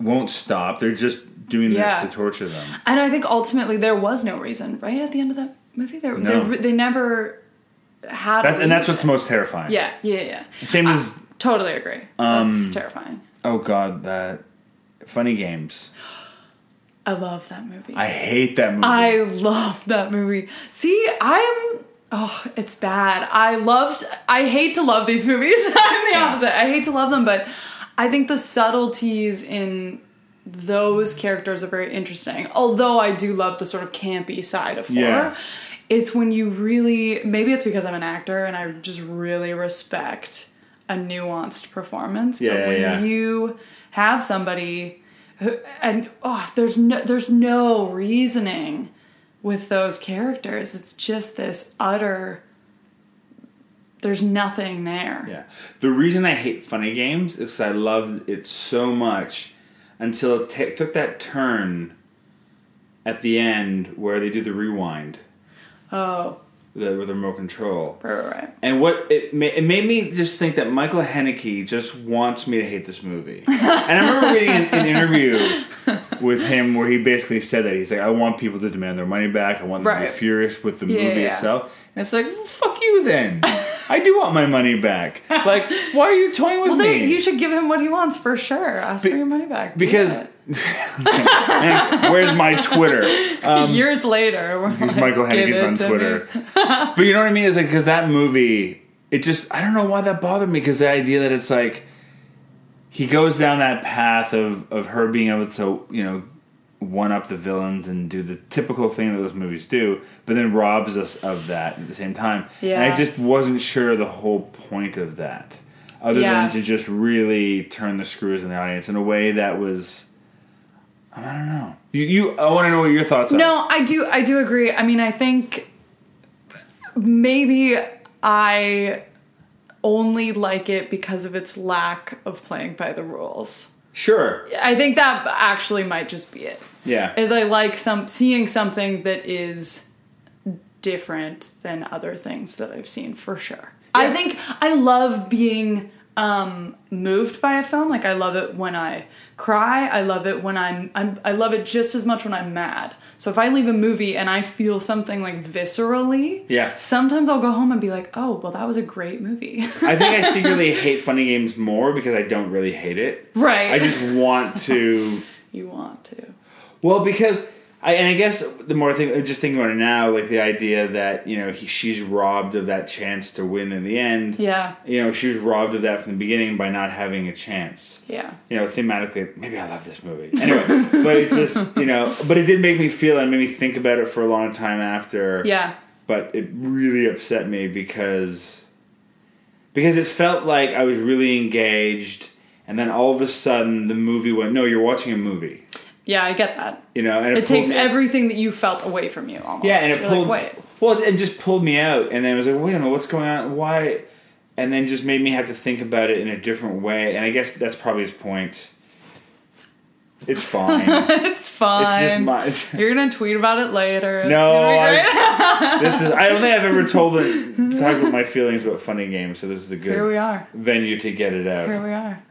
Speaker 1: won't stop. They're just doing
Speaker 2: Yeah.
Speaker 1: this to torture them.
Speaker 2: And I think ultimately there was no reason, right? At the end of that movie, there
Speaker 1: No.
Speaker 2: they, they never had. a
Speaker 1: That, and that's
Speaker 2: reason.
Speaker 1: what's most terrifying.
Speaker 2: Yeah, yeah, yeah.
Speaker 1: Same as
Speaker 2: Totally agree. that's terrifying.
Speaker 1: oh god, that funny games.
Speaker 2: I love that movie.
Speaker 1: I hate that movie.
Speaker 2: I love that movie. See, I'm. Oh, it's bad. I loved. I hate to love these movies. I'm the
Speaker 1: Yeah.
Speaker 2: opposite. I hate to love them, but I think the subtleties in those characters are very interesting. Although I do love the sort of campy side of horror.
Speaker 1: Yeah.
Speaker 2: It's when you really. Maybe it's because I'm an actor and I just really respect a nuanced performance.
Speaker 1: Yeah,
Speaker 2: but when
Speaker 1: yeah.
Speaker 2: you have somebody who, and oh, there's no there's no reasoning with those characters. It's just this utter. There's nothing there.
Speaker 1: yeah. The reason I hate funny games is I loved it so much until it ta- took that turn at the end where they do the rewind
Speaker 2: Oh,
Speaker 1: the, with the remote control.
Speaker 2: right, right, right.
Speaker 1: And what it, ma- it made me just think that Michael Haneke just wants me to hate this movie. And I remember reading an, an interview with him where he basically said that he's like, I want people to demand their money back. I want them to
Speaker 2: Right.
Speaker 1: be furious with the
Speaker 2: Yeah,
Speaker 1: movie
Speaker 2: yeah.
Speaker 1: itself. And it's like, well, fuck you then. I do want my money back. Like, why are you toying with
Speaker 2: Well, there,
Speaker 1: me?
Speaker 2: you should give him what he wants for sure. Ask for your money back. Do
Speaker 1: because
Speaker 2: it.
Speaker 1: Man, where's my Twitter?
Speaker 2: years later, we're like,
Speaker 1: Michael
Speaker 2: "Give
Speaker 1: Haneke's
Speaker 2: it
Speaker 1: on
Speaker 2: to
Speaker 1: Twitter.
Speaker 2: me."
Speaker 1: but you know what I mean? It's like because that movie, it just I don't know why that bothered me because the idea that it's like he goes down that path of of her being able to you know one up the villains and do the typical thing that those movies do, but then robs us of that at the same time. And
Speaker 2: Yeah.
Speaker 1: I just wasn't sure the whole point of that. Other
Speaker 2: Yeah.
Speaker 1: than to just really turn the screws in the audience in a way that was, I don't know. You, you I want to know what your thoughts are.
Speaker 2: No, I do. I do agree. I mean, I think maybe I only like it because of its lack of playing by the rules.
Speaker 1: Sure.
Speaker 2: I think that actually might just be it.
Speaker 1: Yeah.
Speaker 2: Is I like some seeing something that is different than other things that I've seen for sure. I think I love being um moved by a film. Like I love it when I cry. I love it when I'm, I'm I love it just as much when I'm mad. So if I leave a movie and I feel something like viscerally,
Speaker 1: Yeah.
Speaker 2: Sometimes I'll go home and be like, "Oh, well that was a great movie."
Speaker 1: I think I secretly hate funny games more because I don't really hate it.
Speaker 2: right.
Speaker 1: I just want to.
Speaker 2: you want to.
Speaker 1: Well, because I and I guess the more I think, just thinking about it now, like the idea that you know he, she's robbed of that chance to win in the end.
Speaker 2: Yeah.
Speaker 1: You know, she was robbed of that from the beginning by not having a chance.
Speaker 2: Yeah.
Speaker 1: You know, thematically, maybe I love this movie. Anyway, but it just, you know, but it did make me feel and made me think about it for a long time after
Speaker 2: Yeah.
Speaker 1: but it really upset me because because it felt like I was really engaged, and then all of a sudden the movie went. No, you're watching a movie,
Speaker 2: Yeah, I get that.
Speaker 1: you know. And it,
Speaker 2: It takes
Speaker 1: pulled me-
Speaker 2: everything that you felt away from you almost.
Speaker 1: yeah, and it
Speaker 2: You're
Speaker 1: pulled
Speaker 2: like, wait.
Speaker 1: well, it just pulled me out, and then I was like, wait a minute, what's going on? Why? And then just made me have to think about it in a different way, and I guess that's probably his point. It's fine. it's
Speaker 2: It's fine.
Speaker 1: just my.
Speaker 2: You're gonna tweet about it later. It's
Speaker 1: No,
Speaker 2: gonna be
Speaker 1: I-
Speaker 2: great.
Speaker 1: this is. I don't think I've ever told it, talked about my feelings about funny games, so this is a good.
Speaker 2: here we are.
Speaker 1: venue to get it out.
Speaker 2: Here we are.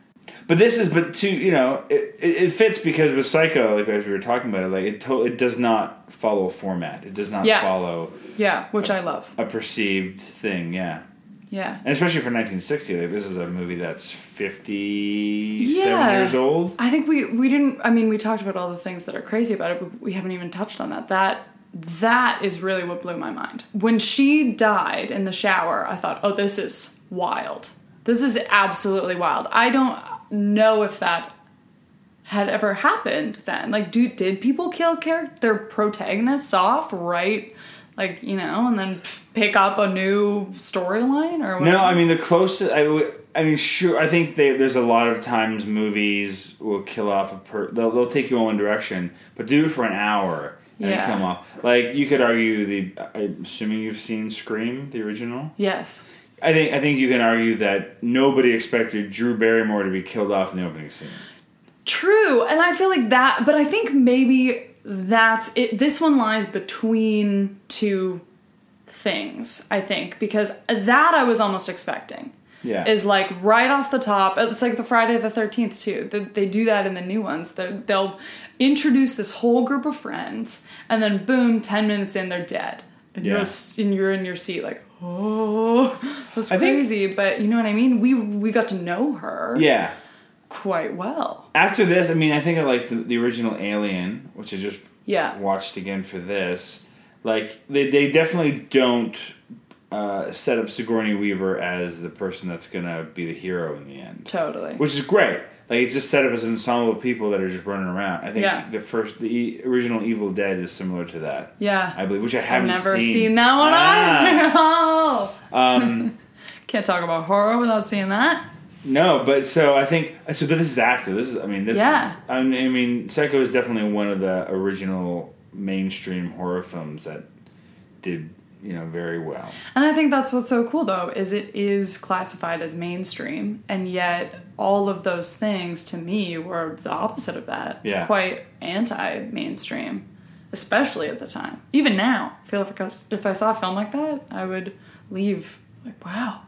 Speaker 1: But this is, but to you know, it, it, it fits because with Psycho, like as we were talking about it, like it to, it does not follow a format. It does not
Speaker 2: Yeah.
Speaker 1: follow
Speaker 2: Yeah, which I love.
Speaker 1: a perceived thing. Yeah,
Speaker 2: Yeah.
Speaker 1: and especially for 1960, like this is a movie that's 57
Speaker 2: Yeah.
Speaker 1: years old.
Speaker 2: I think we we didn't. I mean, we talked about all the things that are crazy about it, but we haven't even touched on that. That that is really what blew my mind. When she died in the shower, I thought, oh, this is wild. This is absolutely wild. I don't know if that had ever happened then. Like, do did people kill character their protagonists off right? Like you know, and then pick up a new storyline or whatever?
Speaker 1: No, I mean the closest. I, would- I mean, sure. I think they, there's a lot of times movies will kill off a per. They'll, they'll take you in one direction, but do it for an hour and then
Speaker 2: Yeah.
Speaker 1: come off. Like you could argue the. I'm assuming you've seen Scream, the original.
Speaker 2: yes.
Speaker 1: I think I think you can argue that nobody expected Drew Barrymore to be killed off in the opening scene.
Speaker 2: True, and I feel like that, but I think maybe that's it. This one lies between two things, I think, because that I was almost expecting.
Speaker 1: Yeah.
Speaker 2: is like right off the top. It's like the Friday the 13th, too. They, they do that in the new ones. they they'll introduce this whole group of friends, and then boom, 10 minutes in, they're dead. And, you're,
Speaker 1: Yeah.
Speaker 2: s- and you're in your seat, like, oh, that's
Speaker 1: I think-
Speaker 2: crazy. but you know what I mean? We, we got to know her
Speaker 1: Yeah.
Speaker 2: quite well.
Speaker 1: After this, I mean, I think I like the, the original Alien, which I just
Speaker 2: Yeah.
Speaker 1: watched again for this. Like they, they definitely don't uh, set up Sigourney Weaver as the person that's gonna be the hero in the end,
Speaker 2: Totally.
Speaker 1: which is great. Like it's just set up as an ensemble of people that are just running around. I think
Speaker 2: Yeah.
Speaker 1: the first, the e- original Evil Dead is similar to that.
Speaker 2: Yeah.
Speaker 1: I believe, which I
Speaker 2: I've
Speaker 1: haven't
Speaker 2: never
Speaker 1: seen. um,
Speaker 2: seen, that one
Speaker 1: Ah.
Speaker 2: either. Oh. Can't talk about horror without seeing that.
Speaker 1: No, but so I think so. But this is after this is. I mean, this.
Speaker 2: Yeah.
Speaker 1: Is, I mean- I mean, Psycho is definitely one of the original mainstream horror films that did you know very well.
Speaker 2: And I think that's what's so cool though is it is classified as mainstream and yet all of those things to me were the opposite of that. It's
Speaker 1: Yeah.
Speaker 2: quite anti-mainstream, especially at the time. Even now, I feel if I, s- if I saw a film like that, I would leave like wow.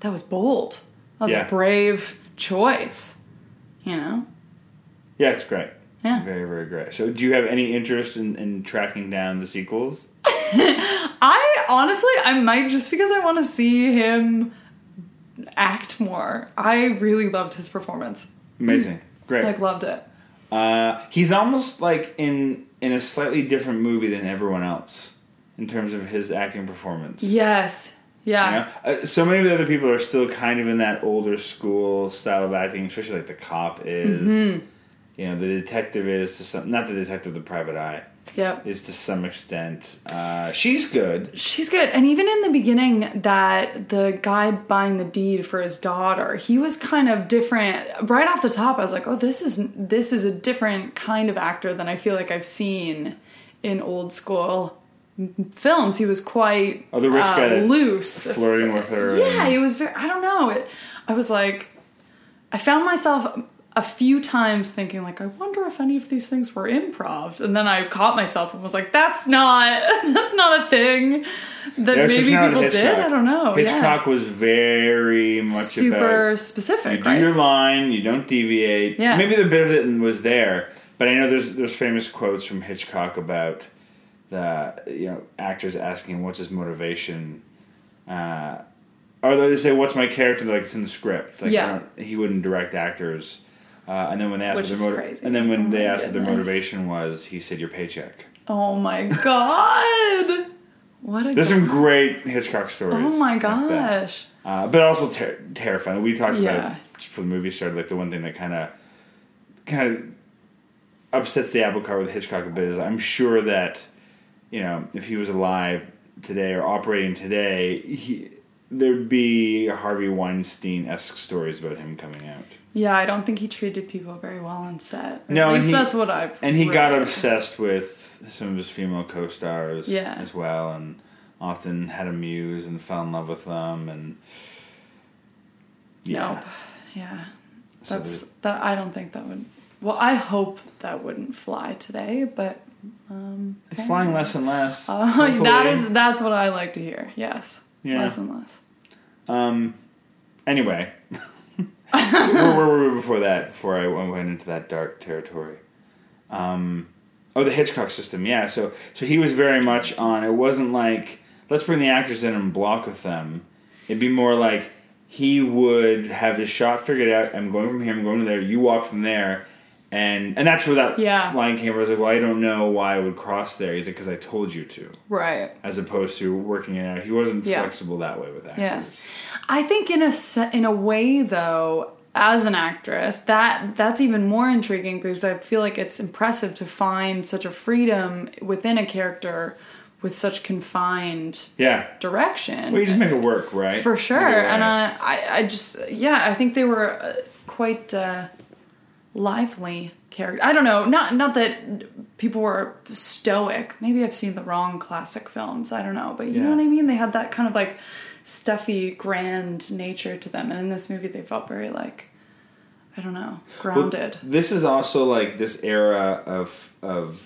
Speaker 2: That was bold. That was
Speaker 1: Yeah.
Speaker 2: a brave choice. You know?
Speaker 1: Yeah, it's great.
Speaker 2: Yeah.
Speaker 1: Very, very great. So, do you have any interest in, in tracking down the sequels?
Speaker 2: I honestly, I might just because I want to see him act more. I really loved his performance.
Speaker 1: Amazing. Great.
Speaker 2: Mm. Like, loved it.
Speaker 1: Uh, he's almost like in in a slightly different movie than everyone else in terms of his acting performance.
Speaker 2: Yes. Yeah.
Speaker 1: You know? Uh, so many of the other people are still kind of in that older school style of acting, especially like the cop is.
Speaker 2: Mm-hmm.
Speaker 1: You know, the detective is to some, not the detective, the private eye
Speaker 2: Yep.
Speaker 1: is to some extent. Uh, she's good.
Speaker 2: She's good. And even in the beginning, that the guy buying the deed for his daughter, he was kind of different. Right off the top, I was like, oh, this is this is a different kind of actor than I feel like I've seen in old school films. He was quite
Speaker 1: Oh, the rich
Speaker 2: uh,
Speaker 1: guy that's
Speaker 2: loose,
Speaker 1: flirting with her.
Speaker 2: Yeah,
Speaker 1: and-
Speaker 2: it was very. I don't know. It. I was like, I found myself a few times thinking like, I wonder if any of these things were improv, and then I caught myself and was like, that's not. That's not a thing that
Speaker 1: Yeah, it's
Speaker 2: maybe
Speaker 1: just not
Speaker 2: people
Speaker 1: Hitchcock.
Speaker 2: did. I don't know.
Speaker 1: Hitchcock was very much
Speaker 2: yeah. super
Speaker 1: about you
Speaker 2: specific,
Speaker 1: do your
Speaker 2: right?
Speaker 1: line, you don't deviate.
Speaker 2: Yeah.
Speaker 1: Maybe the bit of it was there, but I know there's there's famous quotes from Hitchcock about the you know actors asking what's his motivation, uh, or they say what's my character like it's in the script. Like,
Speaker 2: Yeah.
Speaker 1: I don't- he wouldn't direct actors. Uh, and then when they asked
Speaker 2: Which
Speaker 1: what
Speaker 2: is
Speaker 1: their
Speaker 2: crazy.
Speaker 1: and then when
Speaker 2: Oh
Speaker 1: they
Speaker 2: my
Speaker 1: asked what their
Speaker 2: goodness.
Speaker 1: motivation was, he said your paycheck.
Speaker 2: Oh my god! What a.
Speaker 1: There's some great Hitchcock stories.
Speaker 2: oh my
Speaker 1: like that.
Speaker 2: gosh!
Speaker 1: Uh, but also ter- terrifying. We talked about
Speaker 2: Yeah.
Speaker 1: it just before the movie started. Like the one thing that kind of, kind of upsets the apple cart with Hitchcock a bit is I'm sure that, you know, if he was alive today or operating today, he, there'd be Harvey Weinstein esque stories about him coming out.
Speaker 2: Yeah, I don't think he treated people very well on set.
Speaker 1: No,
Speaker 2: at
Speaker 1: and
Speaker 2: least
Speaker 1: he-
Speaker 2: that's what I've.
Speaker 1: And he got
Speaker 2: read.
Speaker 1: obsessed with some of his female co stars
Speaker 2: Yeah.
Speaker 1: as well, and often had a muse and fell in love with them. And yeah,
Speaker 2: Nope. Yeah.
Speaker 1: So
Speaker 2: That's
Speaker 1: there's-
Speaker 2: that I don't think that would well, I hope that wouldn't fly today, but um
Speaker 1: it's flying less and less.
Speaker 2: uh, that
Speaker 1: hopefully.
Speaker 2: is that's what I like to hear. Yes.
Speaker 1: Yeah.
Speaker 2: Less and less.
Speaker 1: Um. Anyway, where where were we before that? Before I went into that dark territory. Um. Oh, the Hitchcock system. Yeah. So so he was very much on. It wasn't like let's bring the actors in and block with them. It'd be more like he would have his shot figured out. I'm going from here. I'm going to there. You walk from there. And and that's where that
Speaker 2: Yeah.
Speaker 1: line came. Where I was like, well, I don't know why I would cross there. He's like, because I told you to.
Speaker 2: Right.
Speaker 1: As opposed to working it out. He wasn't
Speaker 2: Yeah.
Speaker 1: flexible that way with actors.
Speaker 2: Yeah. I think in a se- in a way though, as an actress, that that's even more intriguing because I feel like it's impressive to find such a freedom within a character with such confined
Speaker 1: Yeah.
Speaker 2: direction.
Speaker 1: Well, you just make it work, right?
Speaker 2: for sure
Speaker 1: Either way.
Speaker 2: and uh, I, I just yeah i think they were uh, quite uh, lively character i don't know not not that people were stoic maybe i've seen the wrong classic films i don't know but you
Speaker 1: Yeah.
Speaker 2: know what i mean they had that kind of like stuffy grand nature to them and in this movie they felt very like i don't know
Speaker 1: Well,
Speaker 2: grounded
Speaker 1: this is also like this era of of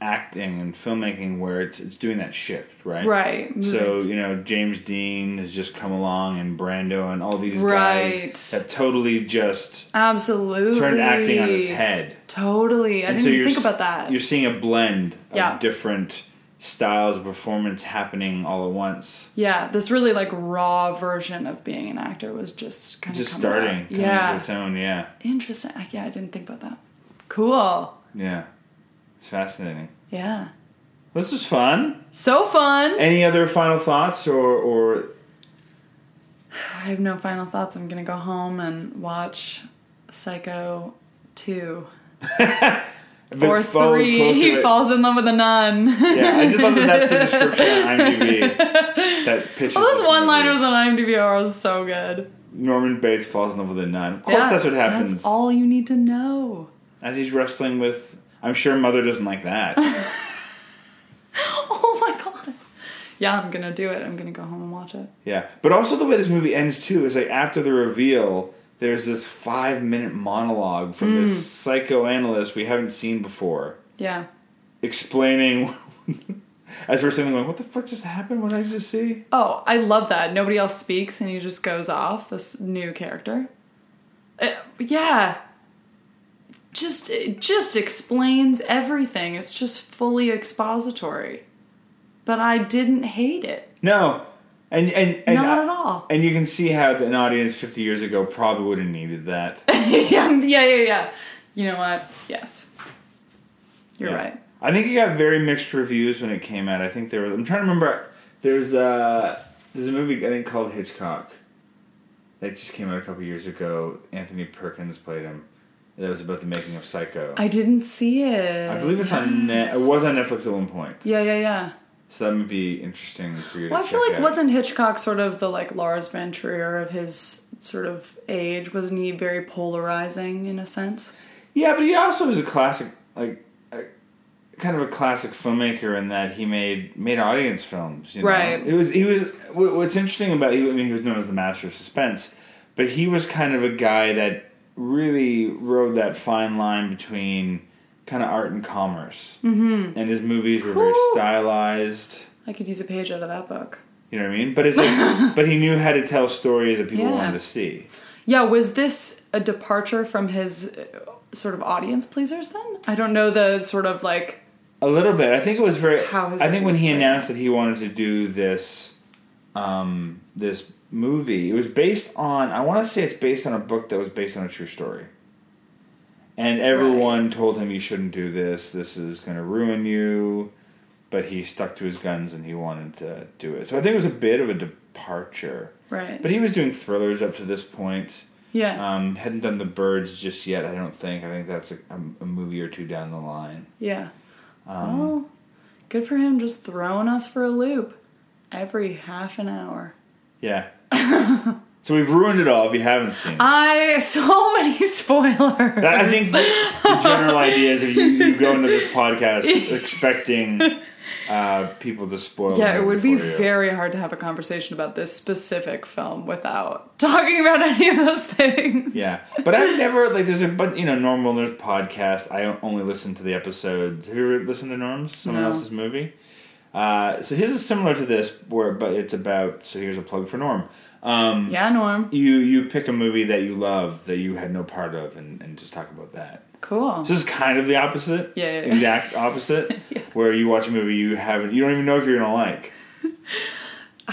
Speaker 1: acting and filmmaking where it's it's doing that shift, right?
Speaker 2: Right.
Speaker 1: So you know James Dean has just come along, and Brando, and all these
Speaker 2: Right.
Speaker 1: guys have totally just
Speaker 2: Absolutely.
Speaker 1: turned acting on its head.
Speaker 2: Totally. I
Speaker 1: And
Speaker 2: didn't
Speaker 1: so
Speaker 2: even
Speaker 1: you're
Speaker 2: think
Speaker 1: s-
Speaker 2: about that.
Speaker 1: You're seeing a blend of
Speaker 2: Yeah.
Speaker 1: different styles of performance happening all at once.
Speaker 2: yeah, this really like raw version of being an actor was just kind of
Speaker 1: Just starting, coming into
Speaker 2: Yeah.
Speaker 1: its own, yeah,
Speaker 2: Interesting. I- Yeah, I didn't think about that. Cool.
Speaker 1: yeah. It's fascinating.
Speaker 2: Yeah.
Speaker 1: This was fun.
Speaker 2: So fun.
Speaker 1: Any other final thoughts or or
Speaker 2: I have no final thoughts. I'm gonna go home and watch Psycho two
Speaker 1: but
Speaker 2: or
Speaker 1: follow
Speaker 2: three.
Speaker 1: closer
Speaker 2: He
Speaker 1: to-
Speaker 2: falls in love with a nun.
Speaker 1: Yeah, I just love that that's the description on IMDb. That pictures.
Speaker 2: All those
Speaker 1: this
Speaker 2: one-liners
Speaker 1: movie.
Speaker 2: on IMDb are so good.
Speaker 1: Norman Bates falls in love with a nun. Of course,
Speaker 2: Yeah,
Speaker 1: that's what happens.
Speaker 2: That's all you need to know.
Speaker 1: As he's wrestling with, I'm sure Mother doesn't like that.
Speaker 2: Oh my god. Yeah, I'm gonna do it. I'm gonna go home and watch it.
Speaker 1: yeah, but also the way this movie ends too is like after the reveal, there's this five minute monologue from
Speaker 2: Mm.
Speaker 1: this psychoanalyst we haven't seen before,
Speaker 2: Yeah.
Speaker 1: explaining. As we're sitting there going, what the fuck just happened? What did I just see?
Speaker 2: Oh, I love that. Nobody else speaks and he just goes off, this new character. Uh, yeah. Just it just explains everything. It's just fully expository. But I didn't hate it.
Speaker 1: No, and and and
Speaker 2: Not at all.
Speaker 1: And you can see how an audience 50 years ago probably would have needed that.
Speaker 2: yeah, yeah, yeah, yeah. You know what? Yes. You're
Speaker 1: Yeah.
Speaker 2: right.
Speaker 1: I think it got very mixed reviews when it came out. I think there was. I'm trying to remember. There's uh there's a movie I think called Hitchcock that just came out a couple years ago. Anthony Perkins played him. That was about the making of Psycho. I,
Speaker 2: I didn't see it.
Speaker 1: believe it's on. Net, it was on Netflix at one point,
Speaker 2: Yeah, yeah, yeah.
Speaker 1: so that might be interesting for you.
Speaker 2: Well, I
Speaker 1: to
Speaker 2: feel
Speaker 1: check
Speaker 2: like
Speaker 1: out.
Speaker 2: wasn't Hitchcock sort of the like Lars Van Trier of his sort of age? Wasn't he very polarizing in a sense?
Speaker 1: Yeah, but he also was a classic, like a, kind of a classic filmmaker in that he made made audience films. You know?
Speaker 2: Right.
Speaker 1: It was he was. wh- What's interesting about I mean, he was known as the master of suspense, but he was kind of a guy that really rode that fine line between kind of art and commerce. Mm-hmm. And his movies were very
Speaker 2: Whew.
Speaker 1: stylized.
Speaker 2: I could use a page out of that book.
Speaker 1: You know what I mean? But it's like, but he knew how to tell stories that people
Speaker 2: Yeah.
Speaker 1: wanted to see.
Speaker 2: Yeah, was this a departure from his uh, sort of audience pleasers then? I don't know the sort of like
Speaker 1: A little bit. I think it was very.
Speaker 2: How his
Speaker 1: I think when
Speaker 2: movies
Speaker 1: he
Speaker 2: play.
Speaker 1: announced that he wanted to do this, um, this movie, it was based on. I want to say it's based on a book that was based on a true story. And everyone told him you shouldn't do this. This is going to ruin you. But he stuck to his guns and he wanted to do it. So I think it was a bit of a departure.
Speaker 2: right.
Speaker 1: But he was doing thrillers up to this point.
Speaker 2: yeah.
Speaker 1: Um, hadn't done The Birds just yet, I don't think. I think that's a, a movie or two down the line.
Speaker 2: yeah.
Speaker 1: um,
Speaker 2: well, good for him just throwing us for a loop every half an hour.
Speaker 1: Yeah. so we've ruined it all if you haven't seen it.
Speaker 2: I so many spoilers.
Speaker 1: That- I think the, the general idea is if you, you go into this podcast expecting uh, people to spoil
Speaker 2: Yeah,
Speaker 1: the
Speaker 2: it would be
Speaker 1: movie for you.
Speaker 2: very hard to have a conversation about this specific film without talking about any of those things.
Speaker 1: Yeah, but I've never like there's a but you know Norm Wilner's podcast. I only listen to the episodes. Have you ever listened to Norm's someone
Speaker 2: No.
Speaker 1: else's movie? Uh, so his is similar to this, where but it's about. So here's a plug for Norm. Um,
Speaker 2: Yeah, Norm.
Speaker 1: You you pick a movie that you love that you had no part of, and, and just talk about that.
Speaker 2: Cool.
Speaker 1: So this is kind of the opposite.
Speaker 2: Yeah, yeah, yeah.
Speaker 1: Exact opposite. Where you watch a movie you haven't, you don't even know if you're gonna like.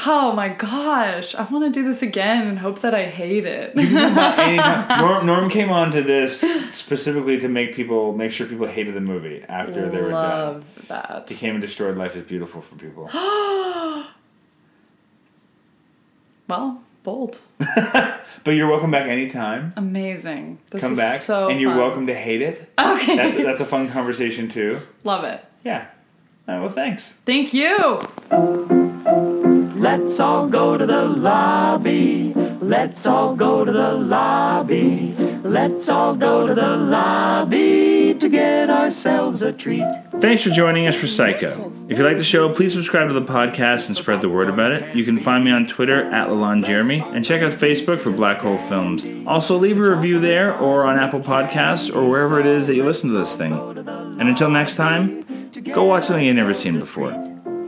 Speaker 2: Oh my gosh. I want to do this again and hope that I hate it.
Speaker 1: And Norm, Norm came on to this specifically to make people, make sure people hated the movie after they were done.
Speaker 2: Love that.
Speaker 1: He came and destroyed Life is Beautiful for people.
Speaker 2: Well, bold.
Speaker 1: but you're welcome back anytime.
Speaker 2: Amazing. This
Speaker 1: Come
Speaker 2: was
Speaker 1: back.
Speaker 2: so
Speaker 1: and you're
Speaker 2: fun.
Speaker 1: welcome to hate it.
Speaker 2: Okay.
Speaker 1: That's, that's a fun conversation too.
Speaker 2: Love it.
Speaker 1: Yeah. All right, well, thanks.
Speaker 2: Thank you.
Speaker 3: Let's all go to the lobby. Let's all go to the lobby. Let's all go to the lobby to get ourselves a treat.
Speaker 1: Thanks for joining us for Psycho. If you like the show, please subscribe to the podcast and spread the word about it. You can find me on Twitter at Lalon Jeremy and check out Facebook for Black Hole Films. Also, leave a review there or on Apple Podcasts or wherever it is that you listen to this thing. And until next time, Go watch something you've never seen before.